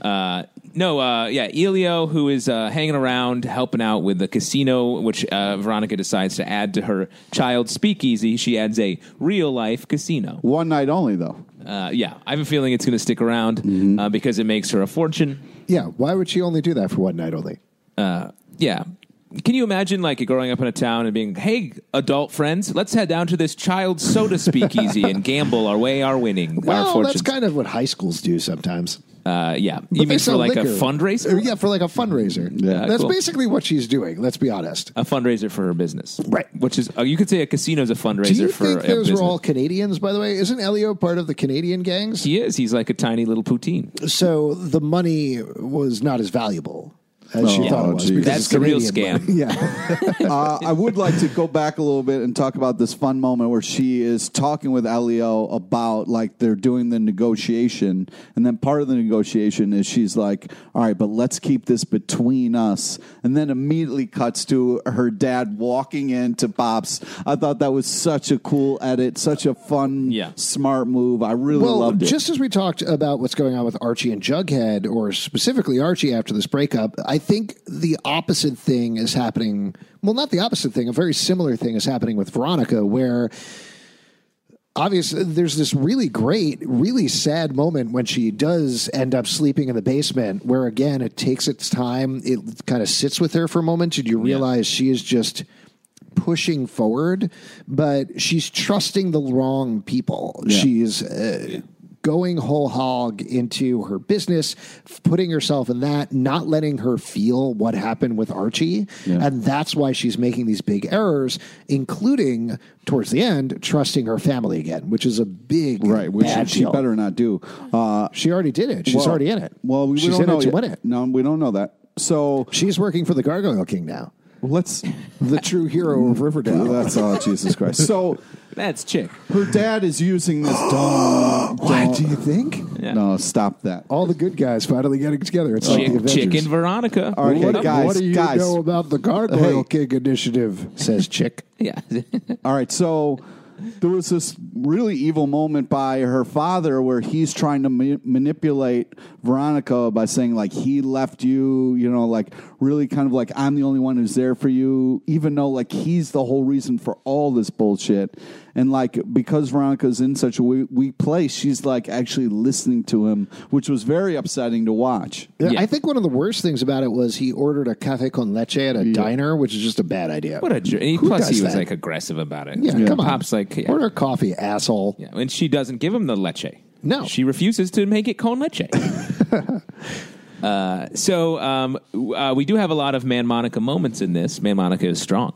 [SPEAKER 5] Uh, no, uh, yeah, Elio, who is uh, hanging around, helping out with the casino, which uh, Veronica decides to add to her child speakeasy. She adds a real life casino.
[SPEAKER 3] one night only, though.
[SPEAKER 5] Uh, yeah, I have a feeling it's going to stick around uh, because it makes her a fortune.
[SPEAKER 4] Yeah, why would she only do that for one night only?
[SPEAKER 5] uh, yeah. Can you imagine like growing up in a town and being, hey, adult friends, let's head down to this child soda speakeasy and gamble our way, our winning, our
[SPEAKER 4] Well,
[SPEAKER 5] fortunes.
[SPEAKER 4] that's kind of what high schools do sometimes.
[SPEAKER 5] uh, yeah,
[SPEAKER 4] But
[SPEAKER 5] you
[SPEAKER 4] they
[SPEAKER 5] mean for
[SPEAKER 4] sell
[SPEAKER 5] like
[SPEAKER 4] liquor.
[SPEAKER 5] a fundraiser,
[SPEAKER 4] Uh, Yeah, for like a fundraiser.
[SPEAKER 3] Yeah,
[SPEAKER 4] that's
[SPEAKER 5] cool.
[SPEAKER 4] basically what she's doing. Let's be honest.
[SPEAKER 5] a fundraiser for her business,
[SPEAKER 4] Right.
[SPEAKER 5] Which is uh, you could say a casino is a
[SPEAKER 4] Do
[SPEAKER 5] fundraiser
[SPEAKER 4] you
[SPEAKER 5] for
[SPEAKER 4] think
[SPEAKER 5] a
[SPEAKER 4] those
[SPEAKER 5] business.
[SPEAKER 4] were all Canadians? By the way, isn't Elio part of the Canadian gangs?
[SPEAKER 5] he is. He's like a tiny little poutine.
[SPEAKER 4] So the money was not as valuable as she
[SPEAKER 3] Oh,
[SPEAKER 4] thought it was.
[SPEAKER 3] geez.
[SPEAKER 4] because
[SPEAKER 5] That's
[SPEAKER 4] it's
[SPEAKER 5] the real
[SPEAKER 4] Canadian
[SPEAKER 5] scam.
[SPEAKER 4] money. Yeah, [LAUGHS]
[SPEAKER 3] uh, I would like to go back a little bit and talk about this fun moment where she is talking with Elio about like they're doing the negotiation, and then part of the negotiation is she's like, "All right, but let's keep this between us," and then immediately cuts to her dad walking into Bob's. I thought that was such a cool edit, such a fun,
[SPEAKER 5] Yeah.
[SPEAKER 3] smart move. I really
[SPEAKER 4] well,
[SPEAKER 3] loved it.
[SPEAKER 4] just as we talked about what's going on with Archie and Jughead, or specifically Archie after this breakup, I think the opposite thing is happening. Well, not the opposite thing, a very similar thing is happening with Veronica, where obviously there's this really great, really sad moment when she does end up sleeping in the basement, where again it takes its time. It kind of sits with her for a moment, and you realize she is just pushing forward, but she's trusting the wrong people. She's uh, going whole hog into her business, f- putting herself in that, not letting her feel what happened with Archie. And that's why she's making these big errors, including towards the end, trusting her family again, which is a big
[SPEAKER 3] Right, which
[SPEAKER 4] bad
[SPEAKER 3] she
[SPEAKER 4] deal.
[SPEAKER 3] better not do. Uh,
[SPEAKER 4] She already did it. She's
[SPEAKER 3] well-
[SPEAKER 4] already in it.
[SPEAKER 3] Well, we, we
[SPEAKER 4] she's
[SPEAKER 3] don't
[SPEAKER 4] in
[SPEAKER 3] know
[SPEAKER 4] it to
[SPEAKER 3] yet.
[SPEAKER 4] win it.
[SPEAKER 3] No, we don't know that. So
[SPEAKER 4] She's working for the Gargoyle King now.
[SPEAKER 3] let's.
[SPEAKER 4] The true hero of Riverdale.
[SPEAKER 3] Oh, That's all, Jesus Christ. So
[SPEAKER 5] That's chick.
[SPEAKER 3] her dad is using this. [GASPS] Don't,
[SPEAKER 4] Why
[SPEAKER 3] don't-
[SPEAKER 4] do you think?
[SPEAKER 3] No, stop that.
[SPEAKER 4] All the good guys finally getting together. It's like the
[SPEAKER 5] Chick,
[SPEAKER 4] Avengers.
[SPEAKER 5] chick and Veronica.
[SPEAKER 3] All right,
[SPEAKER 4] what,
[SPEAKER 3] guys,
[SPEAKER 4] what do you
[SPEAKER 3] guys.
[SPEAKER 4] know about the Gargoyle
[SPEAKER 3] Hey.
[SPEAKER 4] King initiative? Says Chick.
[SPEAKER 5] Yeah. [LAUGHS]
[SPEAKER 3] All right, so there was this really evil moment by her father where he's trying to ma- manipulate Veronica by saying like he left you, you know, like really kind of like I'm the only one who's there for you, even though like he's the whole reason for all this bullshit. And like because Veronica's in such a we- weak place, she's like actually listening to him, which was very upsetting to watch.
[SPEAKER 4] Yeah,
[SPEAKER 5] Yeah.
[SPEAKER 4] I think one of the worst things about it was he ordered a cafe con leche at a diner, which is just a bad idea.
[SPEAKER 5] What a jer- and
[SPEAKER 4] Who
[SPEAKER 5] Plus,
[SPEAKER 4] does
[SPEAKER 5] he was
[SPEAKER 4] that?
[SPEAKER 5] like aggressive about it.
[SPEAKER 4] yeah, come on.
[SPEAKER 5] Pop's like, yeah.
[SPEAKER 4] order coffee, asshole.
[SPEAKER 5] Yeah, and she doesn't give him the leche.
[SPEAKER 4] No.
[SPEAKER 5] she refuses to make it con
[SPEAKER 3] [LAUGHS]
[SPEAKER 5] leche. uh, so um, w- uh, we do have a lot of Man Monica moments in this. Man Monica is strong.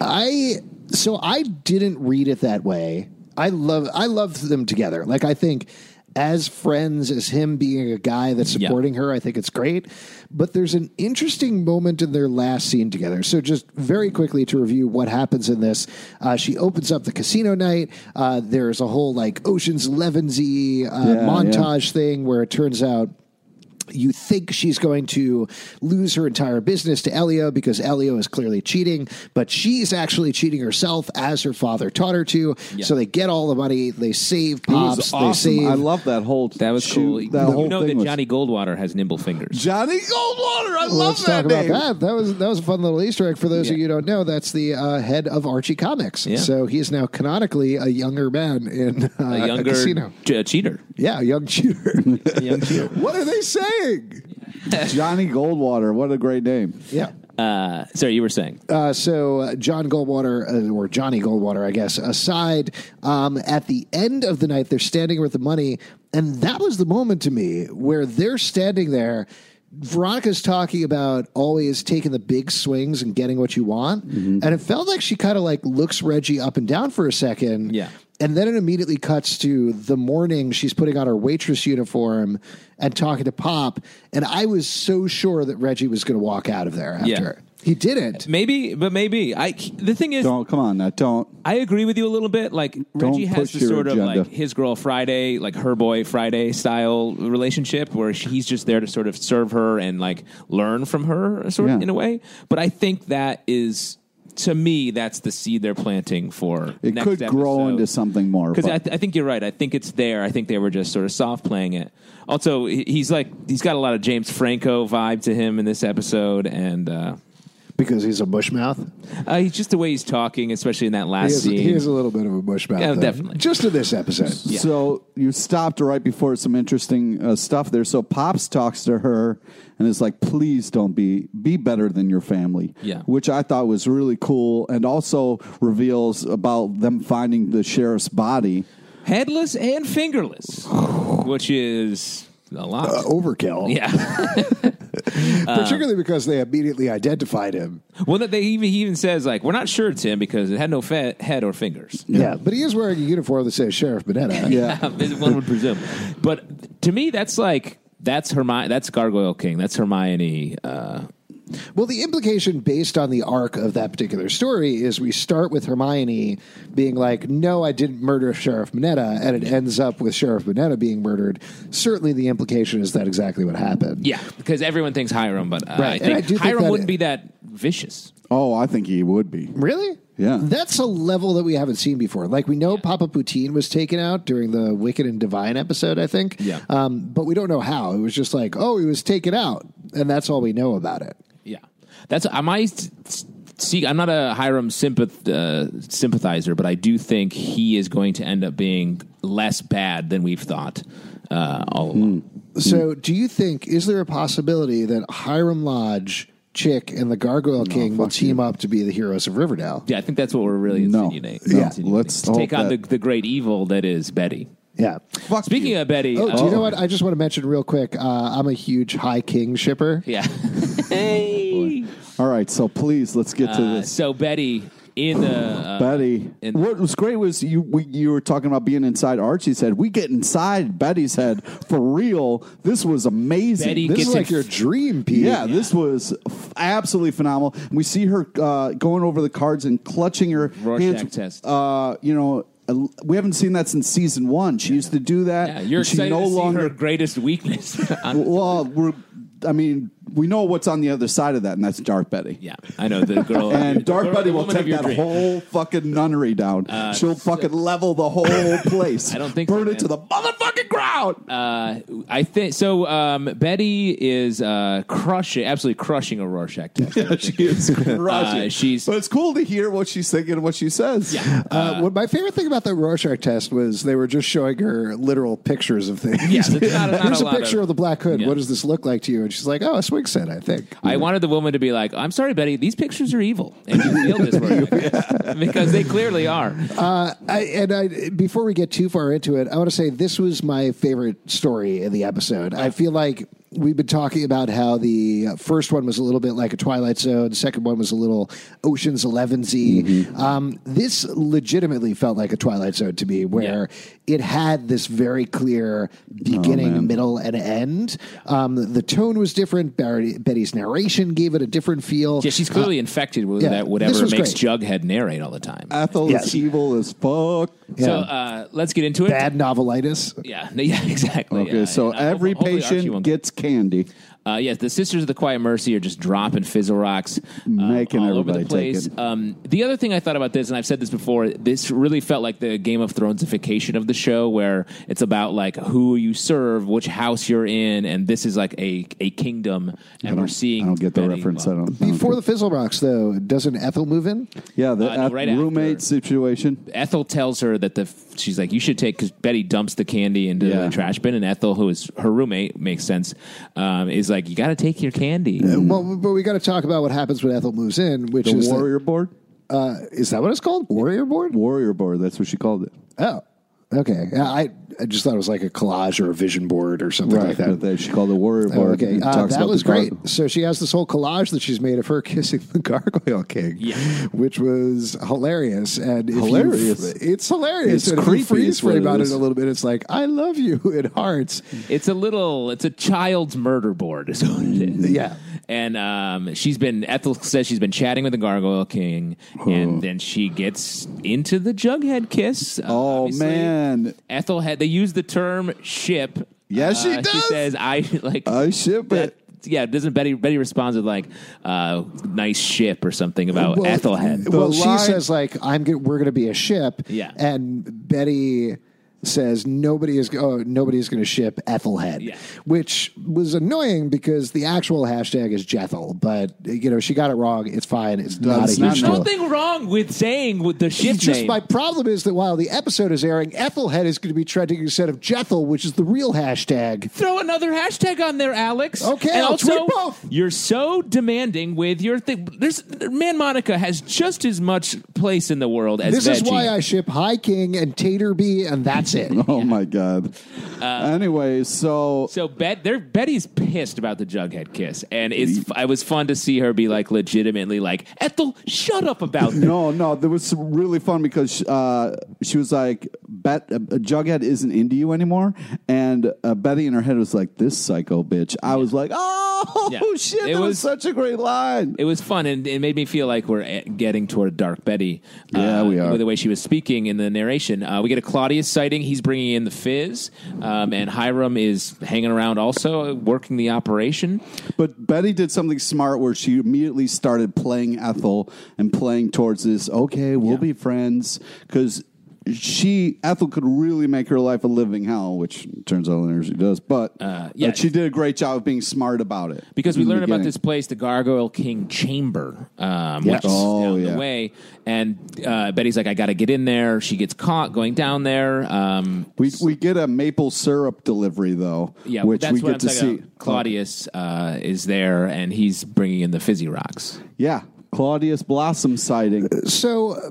[SPEAKER 4] I so I didn't read it that way. I love I love them together. Like I think as friends, as him being a guy that's
[SPEAKER 5] Yeah.
[SPEAKER 4] supporting her, I think it's great. But there's an interesting moment in their last scene together. So just very quickly to review what happens in this, uh, she opens up the casino night. Uh, there's a whole like Ocean's Elevensy uh,
[SPEAKER 3] Yeah,
[SPEAKER 4] montage thing where it turns out you think she's going to lose her entire business to Elio because Elio is clearly cheating, but she's actually cheating herself as her father taught her to. So they get all the money, they save
[SPEAKER 3] It was
[SPEAKER 4] pops, they
[SPEAKER 3] awesome.
[SPEAKER 4] save.
[SPEAKER 3] I love that whole
[SPEAKER 5] That was cool.
[SPEAKER 3] shoot- That whole
[SPEAKER 5] you know
[SPEAKER 3] thing
[SPEAKER 5] that
[SPEAKER 3] was-
[SPEAKER 5] Johnny Goldwater has nimble fingers.
[SPEAKER 3] Johnny Goldwater. I
[SPEAKER 4] Well,
[SPEAKER 3] love
[SPEAKER 4] Let's
[SPEAKER 3] that
[SPEAKER 4] talk
[SPEAKER 3] name.
[SPEAKER 4] about that. That was that was a fun little Easter egg for those of
[SPEAKER 5] Yeah.
[SPEAKER 4] you who don't know. That's the uh, head of Archie Comics,
[SPEAKER 5] Yeah.
[SPEAKER 4] so he is now canonically a younger man in uh,
[SPEAKER 5] A
[SPEAKER 4] a,
[SPEAKER 5] younger
[SPEAKER 4] casino.
[SPEAKER 5] j- cheater.
[SPEAKER 4] Yeah, a young cheater.
[SPEAKER 5] [LAUGHS] young cheater.
[SPEAKER 4] [LAUGHS] what are they saying?
[SPEAKER 3] [LAUGHS] Johnny Goldwater. What a great name.
[SPEAKER 4] Yeah.
[SPEAKER 5] Uh, sorry, you were saying.
[SPEAKER 4] Uh, so uh, John Goldwater, uh, or Johnny Goldwater, I guess, aside, um, at the end of the night, they're standing with the money. And that was the moment to me where they're standing there. Veronica's talking about always taking the big swings and getting what you want.
[SPEAKER 5] Mm-hmm.
[SPEAKER 4] And it felt like she kind of like looks Reggie up and down for a second.
[SPEAKER 5] Yeah.
[SPEAKER 4] And then it immediately cuts to the morning she's putting on her waitress uniform and talking to Pop. And I was so sure that Reggie was going to walk out of there after.
[SPEAKER 5] Yeah.
[SPEAKER 4] He didn't.
[SPEAKER 5] Maybe, but maybe I. The thing is,
[SPEAKER 3] Don't come on now. Don't.
[SPEAKER 5] I agree with you a little bit. Like Reggie has
[SPEAKER 3] push
[SPEAKER 5] the
[SPEAKER 3] your
[SPEAKER 5] sort
[SPEAKER 3] agenda.
[SPEAKER 5] of like his girl Friday, like her boy Friday style relationship, where she- he's just there to sort of serve her and like learn from her, sort of
[SPEAKER 3] Yeah.
[SPEAKER 5] in a way. But I think that is to me that's the seed they're planting for.
[SPEAKER 3] It
[SPEAKER 5] next
[SPEAKER 3] could grow
[SPEAKER 5] episode.
[SPEAKER 3] into something more.
[SPEAKER 5] Because
[SPEAKER 3] but-
[SPEAKER 5] I, th- I think you're right. I think it's there. I think they were just sort of soft playing it. Also, he- he's like he's got a lot of James Franco vibe to him in this episode, and uh,
[SPEAKER 4] Because he's a bushmouth.
[SPEAKER 5] uh, he's just the way he's talking, especially in that
[SPEAKER 4] He
[SPEAKER 5] last
[SPEAKER 4] is,
[SPEAKER 5] scene.
[SPEAKER 4] he is a little bit of a bushmouth.
[SPEAKER 5] Yeah,
[SPEAKER 4] though.
[SPEAKER 5] definitely.
[SPEAKER 4] Just in this episode.
[SPEAKER 3] So you stopped right before some interesting uh, stuff there. So Pops talks to her and is like, "Please don't be be better than your family."
[SPEAKER 5] Yeah.
[SPEAKER 3] which I thought was really cool, and also reveals about them finding the sheriff's [LAUGHS] body.
[SPEAKER 5] headless and fingerless, which is a lot.
[SPEAKER 4] Uh, oh. Overkill.
[SPEAKER 5] yeah. [LAUGHS]
[SPEAKER 4] Particularly because they immediately identified him.
[SPEAKER 5] well, they even he even says like we're not sure it's him because it had no fe- head or fingers.
[SPEAKER 4] Yeah. But he is wearing a uniform that says Sheriff Bonetta.
[SPEAKER 5] [LAUGHS]
[SPEAKER 3] Yeah,
[SPEAKER 5] One would presume, but to me that's like that's Hermione. That's Gargoyle King. That's Hermione. Uh,
[SPEAKER 4] Well, the implication based on the arc of that particular story is we start with Hermione being like, no, I didn't murder Sheriff Bonetta. And it ends up with Sheriff Bonetta being murdered. Certainly the implication is that exactly what happened.
[SPEAKER 5] yeah, because everyone thinks Hiram, but uh, I
[SPEAKER 4] Right, and
[SPEAKER 5] think
[SPEAKER 4] I do think
[SPEAKER 5] Hiram
[SPEAKER 4] that-
[SPEAKER 5] wouldn't be that vicious.
[SPEAKER 3] oh, I think he would be.
[SPEAKER 4] Really?
[SPEAKER 3] Yeah.
[SPEAKER 4] That's a level that we haven't seen before. Like we know Papa Poutine was taken out during the Wicked and Divine episode, I think.
[SPEAKER 5] Yeah.
[SPEAKER 4] Um, but we don't know how. It was just like, oh, he was taken out, and that's all we know about it.
[SPEAKER 5] Yeah, that's uh, my s- s- see, I'm not a Hiram sympath, uh, sympathizer, but I do think he is going to end up being less bad than we've thought uh, all
[SPEAKER 3] Hmm.
[SPEAKER 5] along.
[SPEAKER 4] So, do you think is there a possibility that Hiram Lodge, Chick, and the Gargoyle King will team up to be the heroes of Riverdale?
[SPEAKER 5] Yeah, I think that's what we're really
[SPEAKER 3] No.
[SPEAKER 5] insinuating.
[SPEAKER 3] No. Yeah.
[SPEAKER 5] insinuating.
[SPEAKER 3] Let's
[SPEAKER 5] To take
[SPEAKER 3] hope
[SPEAKER 5] on the,
[SPEAKER 3] that-
[SPEAKER 5] the great evil that is Betty.
[SPEAKER 4] Yeah.
[SPEAKER 3] Fuck
[SPEAKER 5] Speaking
[SPEAKER 3] you.
[SPEAKER 5] of Betty,
[SPEAKER 4] Oh,
[SPEAKER 5] uh,
[SPEAKER 4] do you know what? I just want to mention real quick. Uh, I'm a huge High King shipper.
[SPEAKER 3] [LAUGHS]
[SPEAKER 5] yeah. hey.
[SPEAKER 3] All right, so please let's get to
[SPEAKER 5] Uh,
[SPEAKER 3] this.
[SPEAKER 5] so Betty in the uh,
[SPEAKER 3] Betty,
[SPEAKER 5] and-
[SPEAKER 3] what was great was you we, you were talking about being inside Archie's head. We get inside Betty's head for real. This was amazing.
[SPEAKER 5] Betty
[SPEAKER 4] This
[SPEAKER 5] gets
[SPEAKER 4] is like
[SPEAKER 5] in-
[SPEAKER 4] your dream, Pete.
[SPEAKER 3] Yeah, this was f- absolutely phenomenal. And we see her uh, going over the cards and clutching her
[SPEAKER 5] Rorschach
[SPEAKER 3] hands,
[SPEAKER 5] test.
[SPEAKER 3] Uh, you know, uh, we haven't seen that since season one. She used to do that.
[SPEAKER 5] yeah, you're
[SPEAKER 3] and she
[SPEAKER 5] excited
[SPEAKER 3] no
[SPEAKER 5] to see
[SPEAKER 3] longer
[SPEAKER 5] her greatest weakness. [LAUGHS] on-
[SPEAKER 3] Well, we're, I mean, we know what's on the other side of that, and that's Dark Betty.
[SPEAKER 5] yeah, I know the girl [LAUGHS] the
[SPEAKER 3] And Dark
[SPEAKER 5] girl-
[SPEAKER 3] Betty
[SPEAKER 5] the
[SPEAKER 3] will
[SPEAKER 5] woman of
[SPEAKER 3] take
[SPEAKER 5] your
[SPEAKER 3] that
[SPEAKER 5] dream. Uh,
[SPEAKER 3] whole fucking nunnery down. She'll fucking level the
[SPEAKER 5] [LAUGHS]
[SPEAKER 3] whole place.
[SPEAKER 5] I don't think so,
[SPEAKER 3] burn it
[SPEAKER 5] man.
[SPEAKER 3] to the motherfucking ground.
[SPEAKER 5] Uh, I think so. Um, Betty is uh, crushing, absolutely crushing a Rorschach test.
[SPEAKER 3] yeah, she
[SPEAKER 5] [LAUGHS]
[SPEAKER 3] is crushing.
[SPEAKER 5] Uh, she's-
[SPEAKER 3] But it's cool to hear what she's thinking and what she says. Yeah.
[SPEAKER 4] Uh, what my favorite thing about that Rorschach test was they were just showing her literal pictures of things.
[SPEAKER 5] Yes, it's not- not
[SPEAKER 4] [LAUGHS] Here's
[SPEAKER 5] a
[SPEAKER 4] a,
[SPEAKER 5] lot
[SPEAKER 4] picture
[SPEAKER 5] of-
[SPEAKER 4] of, the black hood.
[SPEAKER 5] Yeah.
[SPEAKER 4] What does this look like to you? And she's like, "Oh, a swing set, I think."
[SPEAKER 5] I wanted the woman to be like, "I'm sorry, Betty, these pictures are evil, and you feel this
[SPEAKER 3] [LAUGHS]
[SPEAKER 5] Rorschach because they clearly are."
[SPEAKER 4] Uh, I, and I, before we get too far into it, I want to say this was my favorite story in the episode. I feel like we've been talking about how the first one was a little bit like a Twilight Zone, the second one was a little Ocean's 11 Z.
[SPEAKER 5] Mm-hmm.
[SPEAKER 4] Um, this legitimately felt like a Twilight Zone to me, where it had this very clear
[SPEAKER 5] Oh,
[SPEAKER 4] beginning, middle, and end. Um, the tone was different. Barry, Betty's narration gave it a different feel.
[SPEAKER 5] Yeah, she's clearly infected with
[SPEAKER 4] yeah,
[SPEAKER 5] that
[SPEAKER 4] this
[SPEAKER 5] whatever
[SPEAKER 4] was
[SPEAKER 5] makes
[SPEAKER 4] great.
[SPEAKER 5] Jughead narrate all the time.
[SPEAKER 3] Ethel
[SPEAKER 4] Yes.
[SPEAKER 3] is evil as fuck.
[SPEAKER 5] So uh, let's get into it.
[SPEAKER 4] Bad novelitis.
[SPEAKER 5] Yeah, [LAUGHS] yeah, exactly.
[SPEAKER 3] Okay,
[SPEAKER 5] uh, Yeah,
[SPEAKER 3] so
[SPEAKER 5] and I-
[SPEAKER 3] every
[SPEAKER 5] hopefully Archie
[SPEAKER 3] patient
[SPEAKER 5] won't-
[SPEAKER 3] gets candy.
[SPEAKER 5] Uh, yes, the Sisters of the Quiet Mercy are just dropping fizzle rocks, uh,
[SPEAKER 3] Making
[SPEAKER 5] all over
[SPEAKER 3] everybody
[SPEAKER 5] the place.
[SPEAKER 3] take it.
[SPEAKER 5] Um, the other thing I thought about this, and I've said this before, this really felt like the Game of Thronesification of the show, where it's about like who you serve, which house you're in, and this is like a a kingdom, and we're seeing.
[SPEAKER 3] I don't get the
[SPEAKER 5] Betty-
[SPEAKER 3] reference.
[SPEAKER 5] well,
[SPEAKER 3] I don't. I don't
[SPEAKER 4] Before
[SPEAKER 3] get-
[SPEAKER 4] the Fizzle Rocks, though, doesn't Ethel move in?
[SPEAKER 3] yeah, the
[SPEAKER 5] Uh, no,
[SPEAKER 3] Eth-
[SPEAKER 5] right
[SPEAKER 3] roommate
[SPEAKER 5] after.
[SPEAKER 3] situation.
[SPEAKER 5] Ethel tells her that the she's like you should take because Betty dumps the candy into
[SPEAKER 3] Yeah.
[SPEAKER 5] the trash bin, and Ethel, who is her roommate, makes sense, um, is like you got to take your candy.
[SPEAKER 4] Mm. Well, but we got to talk about what happens when Ethel moves in, which
[SPEAKER 3] The
[SPEAKER 4] is that-
[SPEAKER 3] warrior board.
[SPEAKER 4] uh, is that what it's called? Warrior board?
[SPEAKER 3] Warrior board. That's what she called it.
[SPEAKER 4] Oh, okay. Yeah, I I just thought it was like a collage or a vision board or something
[SPEAKER 3] [LAUGHS]
[SPEAKER 4] like
[SPEAKER 3] But
[SPEAKER 4] that.
[SPEAKER 3] they- she called it warrior
[SPEAKER 4] Oh,
[SPEAKER 3] board.
[SPEAKER 4] okay,
[SPEAKER 3] It
[SPEAKER 4] uh,
[SPEAKER 3] talks
[SPEAKER 4] that
[SPEAKER 3] about
[SPEAKER 4] was
[SPEAKER 3] the
[SPEAKER 4] great.
[SPEAKER 3] gargoyle.
[SPEAKER 4] So she has this whole collage that she's made of her [LAUGHS] kissing the Gargoyle King,
[SPEAKER 5] Yeah.
[SPEAKER 4] which was hilarious. And if you-
[SPEAKER 3] Hilarious.
[SPEAKER 4] it's hilarious.
[SPEAKER 3] It's
[SPEAKER 4] and
[SPEAKER 3] creepy
[SPEAKER 4] If you freeze
[SPEAKER 3] is what
[SPEAKER 4] frame
[SPEAKER 3] it
[SPEAKER 4] on it
[SPEAKER 3] is.
[SPEAKER 4] a little bit. It's like I love you [LAUGHS] in hearts.
[SPEAKER 5] It's a little, it's a child's murder board, is what it is.
[SPEAKER 4] Yeah.
[SPEAKER 5] And um, she's been, Ethel says she's been chatting with the Gargoyle King, and then she gets into the Jughead kiss. Uh,
[SPEAKER 3] Oh,
[SPEAKER 5] obviously.
[SPEAKER 3] man.
[SPEAKER 5] Ethel had, they use the term ship. Uh,
[SPEAKER 3] Yes, she
[SPEAKER 5] She
[SPEAKER 3] does.
[SPEAKER 5] says, I like,
[SPEAKER 3] I ship it.
[SPEAKER 5] yeah, doesn't Betty, Betty responds with like, uh, nice ship or something about
[SPEAKER 4] Well,
[SPEAKER 5] Oh, Ethel had.
[SPEAKER 4] Well,
[SPEAKER 3] The
[SPEAKER 4] she
[SPEAKER 3] line-
[SPEAKER 4] says like I'm. Gonna, we're going to be a ship.
[SPEAKER 5] Yeah.
[SPEAKER 4] And Betty says nobody is. Oh, nobody is going to ship Ethelhead.
[SPEAKER 5] Yeah.
[SPEAKER 4] Which was annoying because the actual hashtag is Jethel, but you know she got it wrong. It's fine. It's not
[SPEAKER 3] it's
[SPEAKER 4] a
[SPEAKER 3] not
[SPEAKER 4] huge
[SPEAKER 3] known.
[SPEAKER 4] deal.
[SPEAKER 5] Nothing wrong with saying with the ship
[SPEAKER 4] It's just
[SPEAKER 5] name.
[SPEAKER 4] my problem is that while the episode is airing, Ethelhead is going to be trending instead of Jethel, which is the real hashtag.
[SPEAKER 5] Throw another hashtag on there, Alex.
[SPEAKER 4] Okay,
[SPEAKER 5] and
[SPEAKER 4] I'll
[SPEAKER 5] also,
[SPEAKER 4] tweet both.
[SPEAKER 5] You're so demanding with your thing. There's man, Monica has just as much place in the world as
[SPEAKER 4] This is
[SPEAKER 5] Veggie.
[SPEAKER 4] why I ship High King and Tater Bee, and that's it.
[SPEAKER 3] [LAUGHS] Oh my god.
[SPEAKER 5] Uh,
[SPEAKER 3] anyway, so
[SPEAKER 5] so Bet, there, Betty's pissed about the Jughead kiss, and it's. I was fun to see her be like legitimately like Ethel, shut up about
[SPEAKER 4] [LAUGHS]
[SPEAKER 5] this.
[SPEAKER 3] No, no, that was really fun because uh, she was like, Bet, uh, Jughead isn't into you anymore. And uh, Betty in her head was like, this psycho bitch. I was like, oh,
[SPEAKER 5] Yeah.
[SPEAKER 3] [LAUGHS] shit,
[SPEAKER 5] It
[SPEAKER 3] that was,
[SPEAKER 5] was-
[SPEAKER 3] such a great line.
[SPEAKER 5] It was fun, and it made me feel like we're a- getting toward Dark Betty. uh,
[SPEAKER 3] Yeah, we are.
[SPEAKER 5] With the way she was speaking in the narration, uh, we get a Claudius sighting. He's bringing in the fizz, um, and Hiram is hanging around, also uh, working the operation.
[SPEAKER 3] But Betty did something smart where she immediately started playing Ethel and playing towards this, okay, we'll be friends. Because she Ethel could really make her life a living hell, which turns out later she does. But
[SPEAKER 5] Uh, yeah.
[SPEAKER 3] but she did a great job of being smart about it
[SPEAKER 5] because we
[SPEAKER 3] in the
[SPEAKER 5] learn about
[SPEAKER 3] Mm, beginning.
[SPEAKER 5] this place, the Gargoyle King Chamber, um, which is
[SPEAKER 3] Oh,
[SPEAKER 5] down
[SPEAKER 3] yeah.
[SPEAKER 5] the way. And uh, Betty's like, I got to get in there. She gets caught going down there. Um,
[SPEAKER 3] We we get a maple syrup delivery though,
[SPEAKER 5] yeah,
[SPEAKER 3] which
[SPEAKER 5] that's
[SPEAKER 3] we
[SPEAKER 5] what
[SPEAKER 3] get
[SPEAKER 5] I'm
[SPEAKER 3] to
[SPEAKER 5] talking
[SPEAKER 3] see.
[SPEAKER 5] about. Claudius uh, is there, and he's bringing in the fizzy rocks.
[SPEAKER 3] Yeah, Claudius Blossom sighting.
[SPEAKER 1] So uh,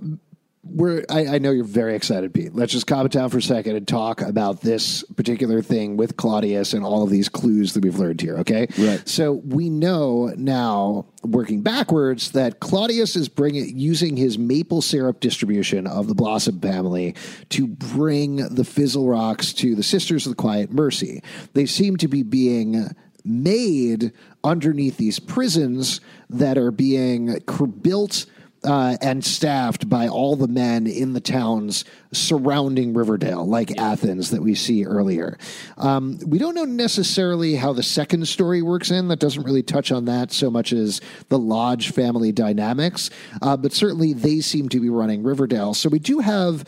[SPEAKER 4] We're, I, I know you're very excited, Pete. Let's just calm it down for a second and talk about this particular thing with Claudius and all of these clues that we've learned here, okay?
[SPEAKER 3] Right.
[SPEAKER 4] So we know now, working backwards, that Claudius is bringing using his maple syrup distribution of the Blossom family to bring the Fizzle Rocks to the Sisters of the Quiet Mercy. They seem to be being made underneath these prisons that are being cr- built uh, and staffed by all the men in the towns surrounding Riverdale, like Athens that we see earlier. Um, we don't know necessarily how the second story works in. That doesn't really touch on that so much as the Lodge family dynamics, uh, but certainly they seem to be running Riverdale. So we do have.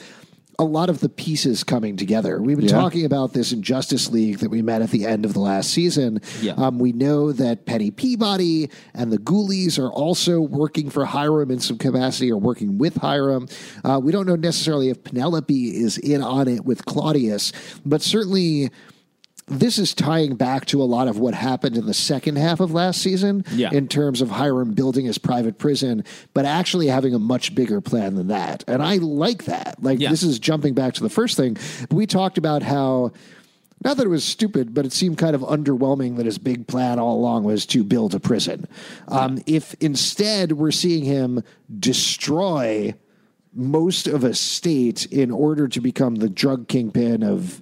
[SPEAKER 4] A lot of the pieces coming together. We've been
[SPEAKER 3] Yeah.
[SPEAKER 4] talking about this in Justice League that we met at the end of the last season.
[SPEAKER 5] Yeah.
[SPEAKER 4] Um, we know that Penny Peabody and the Ghoulies are also working for Hiram in some capacity or working with Hiram. Uh, we don't know necessarily if Penelope is in on it with Claudius, but certainly this is tying back to a lot of what happened in the second half of last season
[SPEAKER 5] Yeah.
[SPEAKER 4] in terms of Hiram building his private prison, but actually having a much bigger plan than that. And I like that. Like,
[SPEAKER 5] Yeah.
[SPEAKER 4] this is jumping back to the first thing. We talked about how. Not that it was stupid, but it seemed kind of underwhelming that his big plan all along was to build a prison. Um, If instead we're seeing him destroy most of a state in order to become the drug kingpin of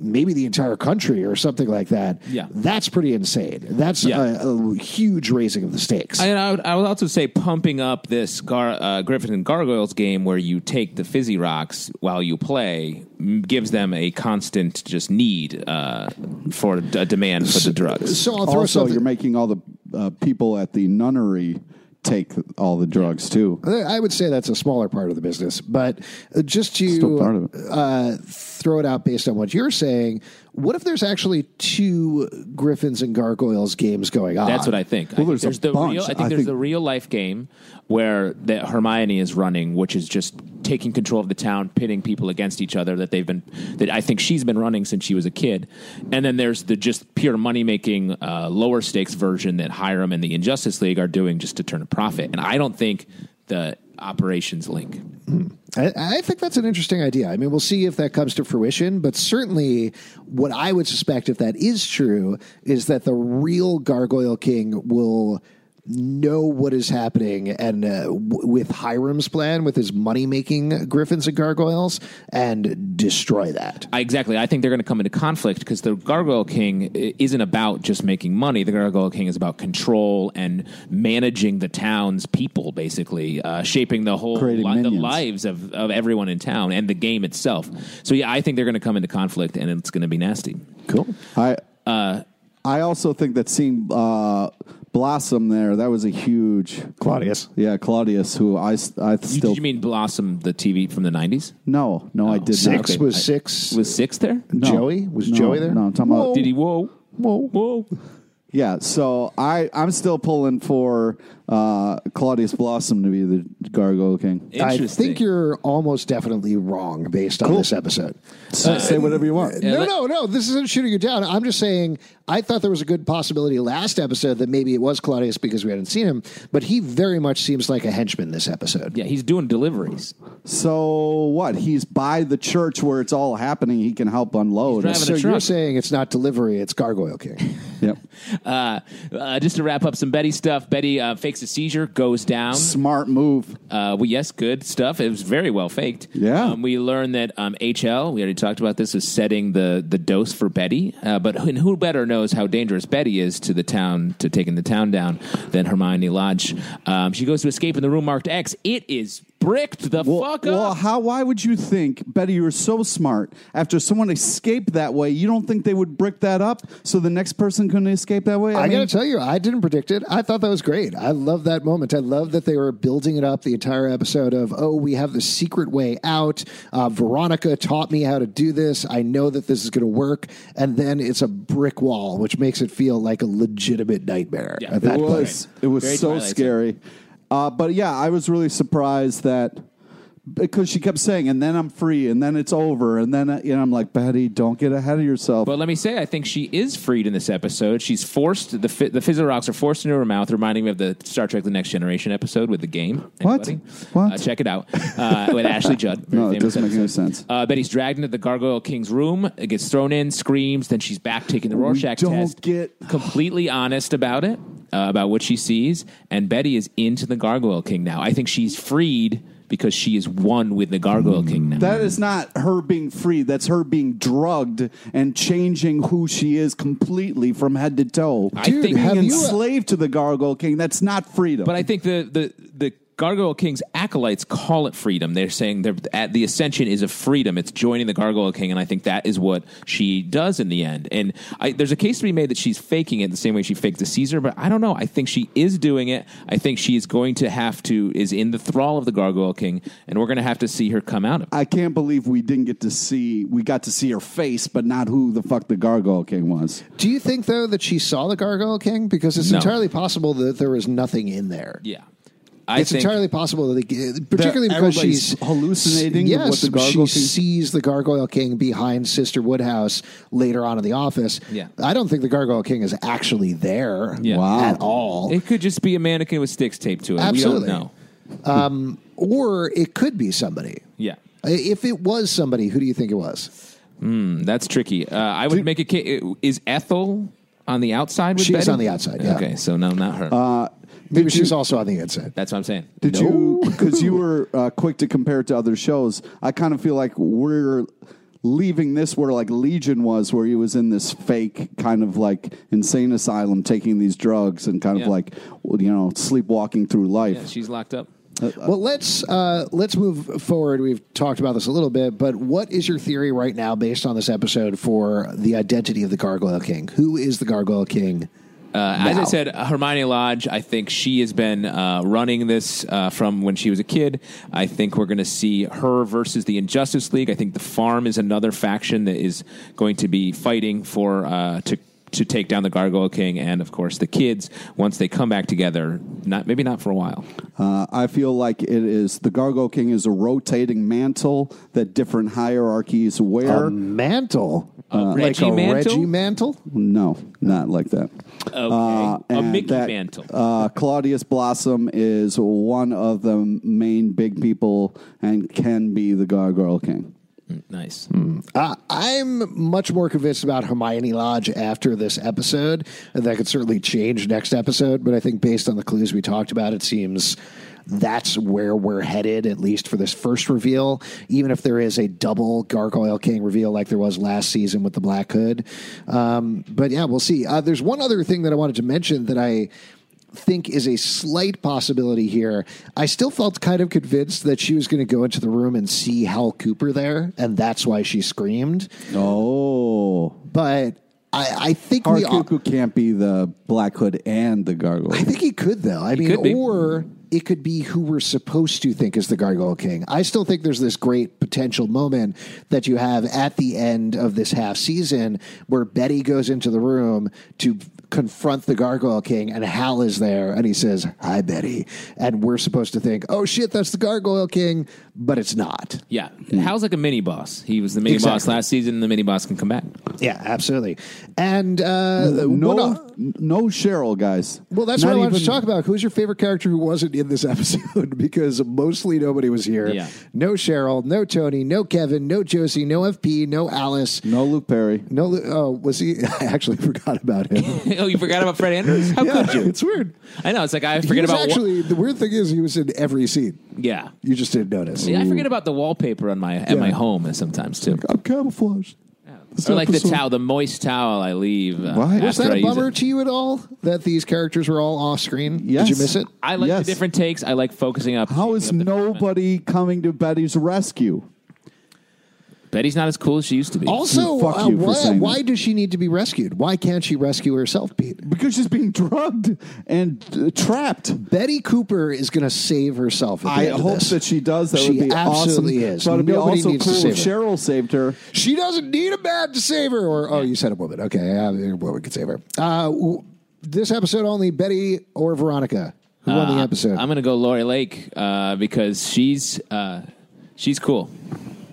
[SPEAKER 4] maybe the entire country or something like that.
[SPEAKER 5] Yeah.
[SPEAKER 4] That's pretty insane. That's
[SPEAKER 5] Yeah.
[SPEAKER 4] a, a huge raising of the stakes.
[SPEAKER 5] And I would, I would also say pumping up this Gar, uh, Griffin and Gargoyles game where you take the fizzy rocks while you play m- gives them a constant just need uh, for a demand for the drugs.
[SPEAKER 4] so I'll throw
[SPEAKER 3] also,
[SPEAKER 4] something.
[SPEAKER 3] you're making all the uh, people at the nunnery take all the drugs too.
[SPEAKER 4] I would say that's a smaller part of the business, but uh, just to
[SPEAKER 3] Still part of it.
[SPEAKER 4] Uh, throw it out based on what you're saying, what if there's actually two Griffins and Gargoyles games going on?
[SPEAKER 5] That's what I think. I think
[SPEAKER 3] there's a
[SPEAKER 5] the
[SPEAKER 3] bunch.
[SPEAKER 5] Real, I think
[SPEAKER 3] I
[SPEAKER 5] there's
[SPEAKER 3] think-
[SPEAKER 5] the real life game where that Hermione is running, which is just taking control of the town, pitting people against each other that they've been that I think she's been running since she was a kid. And then there's the just pure money making, uh, lower stakes version that Hiram and the Injustice League are doing just to turn a profit. And I don't think the operations link.
[SPEAKER 4] I, I think that's an interesting idea. I mean, we'll see if that comes to fruition, but certainly what I would suspect, if that is true, is that the real Gargoyle King will know what is happening and uh, w- with Hiram's plan, with his money making griffins and gargoyles, and destroy that.
[SPEAKER 5] I, exactly. I think they're going to come into conflict because the Gargoyle King i- isn't about just making money. The Gargoyle King is about control and managing the town's people, basically uh, shaping the whole
[SPEAKER 3] Creating
[SPEAKER 5] the
[SPEAKER 3] minions.
[SPEAKER 5] lives of, of everyone in town and the game itself. So yeah, I think they're going to come into conflict and it's going to be nasty.
[SPEAKER 4] Cool.
[SPEAKER 3] I Uh, I also think that seeing uh, Blossom there that was a huge
[SPEAKER 4] Claudius.
[SPEAKER 3] Yeah, Claudius, who I s- I
[SPEAKER 5] You,
[SPEAKER 3] still
[SPEAKER 5] did you mean Oh, Blossom, the TV from the nineties?
[SPEAKER 3] no no I did
[SPEAKER 4] Six
[SPEAKER 3] not.
[SPEAKER 4] was six.
[SPEAKER 5] Was six there?
[SPEAKER 3] No.
[SPEAKER 4] Joey? Was
[SPEAKER 3] No,
[SPEAKER 4] Joey there?
[SPEAKER 3] No, I'm talking about
[SPEAKER 5] Did he? Whoa, whoa, whoa!
[SPEAKER 3] Yeah, so I I'm still pulling for uh, Claudius Blossom to be the Gargoyle King.
[SPEAKER 4] I
[SPEAKER 5] Interesting.
[SPEAKER 4] think you're almost definitely wrong based on this episode.
[SPEAKER 5] Uh,
[SPEAKER 3] So say whatever you want.
[SPEAKER 4] no,
[SPEAKER 5] let-
[SPEAKER 4] no, no. This isn't shooting you down. I'm just saying I thought there was a good possibility last episode that maybe it was Claudius because we hadn't seen him, but he very much seems like a henchman this episode.
[SPEAKER 5] Yeah, he's doing deliveries.
[SPEAKER 3] So what? He's by the church where it's all happening. He can help unload.
[SPEAKER 5] He's driving
[SPEAKER 4] So
[SPEAKER 5] a
[SPEAKER 4] you're
[SPEAKER 5] truck.
[SPEAKER 4] saying it's not delivery, it's Gargoyle King.
[SPEAKER 3] Yep.
[SPEAKER 5] Uh, uh, just to wrap up some Betty stuff. Betty uh, fakes a seizure, goes down.
[SPEAKER 3] Smart move.
[SPEAKER 5] Uh, well, yes, good stuff. It was very well faked.
[SPEAKER 3] Yeah.
[SPEAKER 5] Um, we learned that um, HL, we already talked about this, was setting the, the dose for Betty. Uh, but who, and who better knows how dangerous Betty is to the town, to taking the town down, than Hermione Lodge? Um, she goes to escape in the room marked X. It is bricked the
[SPEAKER 3] Well,
[SPEAKER 5] fuck
[SPEAKER 3] well,
[SPEAKER 5] up.
[SPEAKER 3] how? Why would you think, Betty? You're so smart. After someone escaped that way, you don't think they would brick that up so the next person couldn't escape that way?
[SPEAKER 4] I,
[SPEAKER 3] mean,
[SPEAKER 4] gotta tell you, I didn't predict it. I thought that was great. I love that moment. I love that they were building it up the entire episode of, oh, we have the secret way out. Uh, Veronica taught me how to do this. I know that this is gonna work. And then it's a brick wall, which makes it feel like a legitimate nightmare.
[SPEAKER 5] Yeah.
[SPEAKER 4] at that
[SPEAKER 3] it
[SPEAKER 4] point.
[SPEAKER 3] was it was
[SPEAKER 5] Great
[SPEAKER 3] so
[SPEAKER 5] Twilight Zone.
[SPEAKER 3] scary. Uh, but yeah, I was really surprised that because she kept saying, "And then I'm free, and then it's over, and then uh, you know, I'm like Betty, don't get ahead of yourself."
[SPEAKER 5] But let me say, I think she is freed in this episode. She's forced the fi- the fizzer rocks are forced into her mouth, reminding me of the Star Trek: The Next Generation episode with the game.
[SPEAKER 3] What?
[SPEAKER 5] Anybody?
[SPEAKER 3] What?
[SPEAKER 5] Uh, check it out uh, with Ashley Judd. Very
[SPEAKER 3] [LAUGHS] No, it
[SPEAKER 5] famous
[SPEAKER 3] doesn't make any
[SPEAKER 5] episode.
[SPEAKER 3] sense.
[SPEAKER 5] Uh, Betty's dragged into the Gargoyle King's room. It gets thrown in, screams. Then she's back taking the Rorschach
[SPEAKER 3] don't
[SPEAKER 5] test.
[SPEAKER 3] get-
[SPEAKER 5] completely honest about it, uh, about what she sees. And Betty is into the Gargoyle King now. I think she's freed because she is one with the Gargoyle King now.
[SPEAKER 3] That is not her being free. That's her being drugged and changing who she is completely from head to toe.
[SPEAKER 5] I Dude, think- have
[SPEAKER 3] being
[SPEAKER 5] you-
[SPEAKER 3] enslaved to the Gargoyle King. That's not freedom.
[SPEAKER 5] But I think the the the Gargoyle King's acolytes call it freedom. They're saying they're, at the ascension is a freedom. It's joining the Gargoyle King, and I think that is what she does in the end. And I, there's a case to be made that she's faking it the same way she faked the Caesar, but I don't know. I think she is doing it. I think she is going to have to is in the thrall of the Gargoyle King, and we're going to have to see her come out of it.
[SPEAKER 3] I can't believe we didn't get to see. We got to see her face, but not who the fuck the Gargoyle King was.
[SPEAKER 4] Do you think though that she saw the Gargoyle King? Because it's
[SPEAKER 5] No.
[SPEAKER 4] entirely possible that there was nothing in there.
[SPEAKER 5] Yeah, I
[SPEAKER 4] it's
[SPEAKER 5] think
[SPEAKER 4] entirely possible that, they, particularly
[SPEAKER 3] That
[SPEAKER 4] because
[SPEAKER 3] everybody's
[SPEAKER 4] she's
[SPEAKER 3] hallucinating
[SPEAKER 4] Yes,
[SPEAKER 3] what the Gargoyle
[SPEAKER 4] she
[SPEAKER 3] King-
[SPEAKER 4] sees the Gargoyle King behind Sister Woodhouse later on in the office.
[SPEAKER 5] Yeah.
[SPEAKER 4] I don't think the Gargoyle King is actually there
[SPEAKER 5] Yeah.
[SPEAKER 3] Wow.
[SPEAKER 4] at all.
[SPEAKER 5] it could just be a mannequin with sticks taped to it.
[SPEAKER 4] Absolutely.
[SPEAKER 5] We don't know.
[SPEAKER 4] or it could be somebody.
[SPEAKER 5] Yeah.
[SPEAKER 4] If it was somebody, who do you think it was?
[SPEAKER 5] That's tricky. Uh, I would make a case. Is Ethel on the outside? With
[SPEAKER 4] She is
[SPEAKER 5] Betty?
[SPEAKER 4] on the outside, yeah. Uh,
[SPEAKER 5] Okay, so no, not her.
[SPEAKER 4] Maybe she's also on the inside.
[SPEAKER 5] That's what I'm saying.
[SPEAKER 3] Did you? Because you were uh, quick to compare it to other shows. I kind of feel like we're leaving this where like Legion was, where he was in this fake kind of like insane asylum, taking these drugs and kind
[SPEAKER 5] Yeah.
[SPEAKER 3] of like well, you know sleepwalking through life.
[SPEAKER 5] Yeah, she's locked up.
[SPEAKER 4] Well, let's uh, let's move forward. We've talked about this a little bit, but what is your theory right now, based on this episode, for the identity of the Gargoyle King? Who is the Gargoyle King?
[SPEAKER 5] Uh, as I
[SPEAKER 4] Wow.
[SPEAKER 5] said, Hermione Lodge. I think she has been uh, running this uh, from when she was a kid. I think we're going to see her versus the Injustice League. I think the Farm is another faction that is going to be fighting for uh, to. To take down the Gargoyle King and, of course, the kids once they come back together. Not maybe not for a while.
[SPEAKER 3] Uh, I feel like it is the Gargoyle King is a rotating mantle that different hierarchies wear.
[SPEAKER 4] A mantle, Uh, like
[SPEAKER 5] Reggie
[SPEAKER 4] a
[SPEAKER 5] mantle?
[SPEAKER 4] Reggie mantle.
[SPEAKER 3] no, not like that. Uh,
[SPEAKER 5] Okay. a
[SPEAKER 3] and
[SPEAKER 5] Mickey
[SPEAKER 3] that,
[SPEAKER 5] mantle.
[SPEAKER 3] Uh, Claudius Blossom is one of the main big people and can be the Gargoyle King.
[SPEAKER 5] nice.
[SPEAKER 4] Uh, I'm much more convinced about Hermione Lodge after this episode. and That could certainly change next episode, but I think based on the clues we talked about, it seems that's where we're headed, at least for this first reveal. Even if there is a double Gargoyle King reveal like there was last season with the Black Hood. Um, but yeah, we'll see. Uh, there's one other thing that I wanted to mention that I think is a slight possibility here. I still felt kind of convinced that she was going to go into the room and see Hal Cooper there, and that's why she screamed.
[SPEAKER 3] Oh,
[SPEAKER 4] But I, I think we all,
[SPEAKER 3] Harkuku can't be the Black Hood and the Gargoyle.
[SPEAKER 4] I think he could though. I mean,
[SPEAKER 5] could be.
[SPEAKER 4] or it could be who we're supposed to think is the Gargoyle King. I still think there's this great potential moment that you have at the end of this half season where Betty goes into the room to confront the Gargoyle King and Hal is there and he says, "Hi Betty." And we're supposed to think, "Oh shit, that's the Gargoyle King," but it's not.
[SPEAKER 5] Yeah. Hal's like a mini boss. He was the mini boss
[SPEAKER 4] Exactly.
[SPEAKER 5] last season, and the mini boss can come back.
[SPEAKER 4] Yeah, absolutely. And uh one
[SPEAKER 3] no,
[SPEAKER 4] o-
[SPEAKER 3] no Cheryl, guys.
[SPEAKER 4] Well, that's
[SPEAKER 3] Not
[SPEAKER 4] what I wanted
[SPEAKER 3] even-
[SPEAKER 4] to talk about. Who's your favorite character who wasn't in this [LAUGHS] episode? because mostly nobody was here.
[SPEAKER 5] Yeah.
[SPEAKER 4] No Cheryl, no Tony, no Kevin, no Josie, no FP, no Alice.
[SPEAKER 3] No Luke Perry.
[SPEAKER 4] No, Lu- oh, was he? [LAUGHS] I actually forgot about
[SPEAKER 3] [LAUGHS]
[SPEAKER 4] him.
[SPEAKER 5] [LAUGHS] oh, you forgot about Fred Andrews? How could you?
[SPEAKER 4] It's weird.
[SPEAKER 5] I know. It's like I
[SPEAKER 4] He
[SPEAKER 5] forget
[SPEAKER 4] was
[SPEAKER 5] about. wa-
[SPEAKER 4] actually the weird thing is he was in every scene.
[SPEAKER 5] yeah.
[SPEAKER 4] You just didn't notice.
[SPEAKER 5] See, I forget about the wallpaper on my at my home sometimes too. uh,
[SPEAKER 3] I'm camouflaged.
[SPEAKER 5] Or like the
[SPEAKER 3] episode-
[SPEAKER 5] towel, the moist towel I leave. Uh,
[SPEAKER 3] Why?
[SPEAKER 5] after
[SPEAKER 3] Was
[SPEAKER 4] Was that
[SPEAKER 5] I
[SPEAKER 4] a
[SPEAKER 5] use
[SPEAKER 4] bummer
[SPEAKER 5] it.
[SPEAKER 4] to you at all that these characters were all off screen?
[SPEAKER 3] Yes.
[SPEAKER 4] Did you miss it?
[SPEAKER 5] I like
[SPEAKER 3] Yes.
[SPEAKER 5] the different takes. I like focusing up.
[SPEAKER 3] How is nobody coming to Betty's rescue?
[SPEAKER 5] Betty's not as cool as she used to be.
[SPEAKER 4] Also,
[SPEAKER 3] Fuck
[SPEAKER 4] uh,
[SPEAKER 3] you for
[SPEAKER 4] why,
[SPEAKER 3] saying
[SPEAKER 4] why
[SPEAKER 3] that.
[SPEAKER 4] does she need to be rescued? Why can't she rescue herself, Pete?
[SPEAKER 3] Because she's being drugged and uh, trapped.
[SPEAKER 4] Betty Cooper is going to save herself. At the
[SPEAKER 3] I
[SPEAKER 4] end of
[SPEAKER 3] hope
[SPEAKER 4] this.
[SPEAKER 3] that she does. That
[SPEAKER 4] She
[SPEAKER 3] would be
[SPEAKER 4] absolutely
[SPEAKER 3] awesome.
[SPEAKER 4] is.
[SPEAKER 3] But it'd be
[SPEAKER 4] Nobody
[SPEAKER 3] also
[SPEAKER 4] needs to
[SPEAKER 3] cool
[SPEAKER 4] save
[SPEAKER 3] if
[SPEAKER 4] her.
[SPEAKER 3] Cheryl saved her.
[SPEAKER 4] She doesn't need a man to save her. Or oh, you said a woman. Okay, yeah, a woman could save her. Uh, w- this episode only Betty or Veronica who won the episode.
[SPEAKER 5] Uh, I'm gonna go Lori Lake uh, because she's uh, she's cool.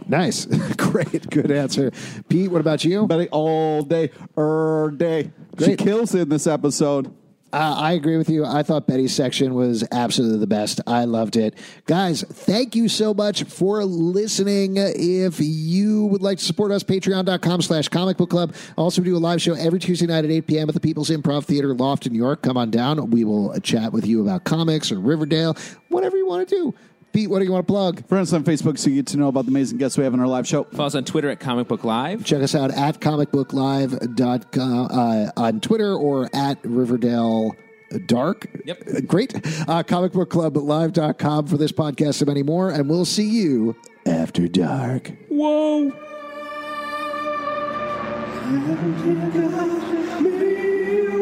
[SPEAKER 4] nice, [LAUGHS] great, good answer, Pete. What about you?
[SPEAKER 3] Betty all day, er day. She
[SPEAKER 4] Great.
[SPEAKER 3] kills in this episode.
[SPEAKER 4] Uh, I agree with you. I thought Betty's section was absolutely the best. I loved it. Guys, thank you so much for listening. If you would like to support us, patreon.com slash comic book club. Also, we do a live show every Tuesday night at 8 p.m. at the People's Improv Theater Loft in New York. Come on down. We will chat with you about comics or Riverdale, whatever you want to do. Pete, what do you want to plug?
[SPEAKER 3] Friends on Facebook so you get to know about the amazing guests we have in our live show.
[SPEAKER 5] Follow us on Twitter at Comic Book Live.
[SPEAKER 4] Check us out at comicbooklive.com uh, on Twitter or at Riverdale Dark.
[SPEAKER 5] Yep.
[SPEAKER 4] Uh, Great. Uh, comicbookclublive.com for this podcast and many more. And we'll see you
[SPEAKER 1] After dark.
[SPEAKER 5] Whoa.
[SPEAKER 6] Have you got me?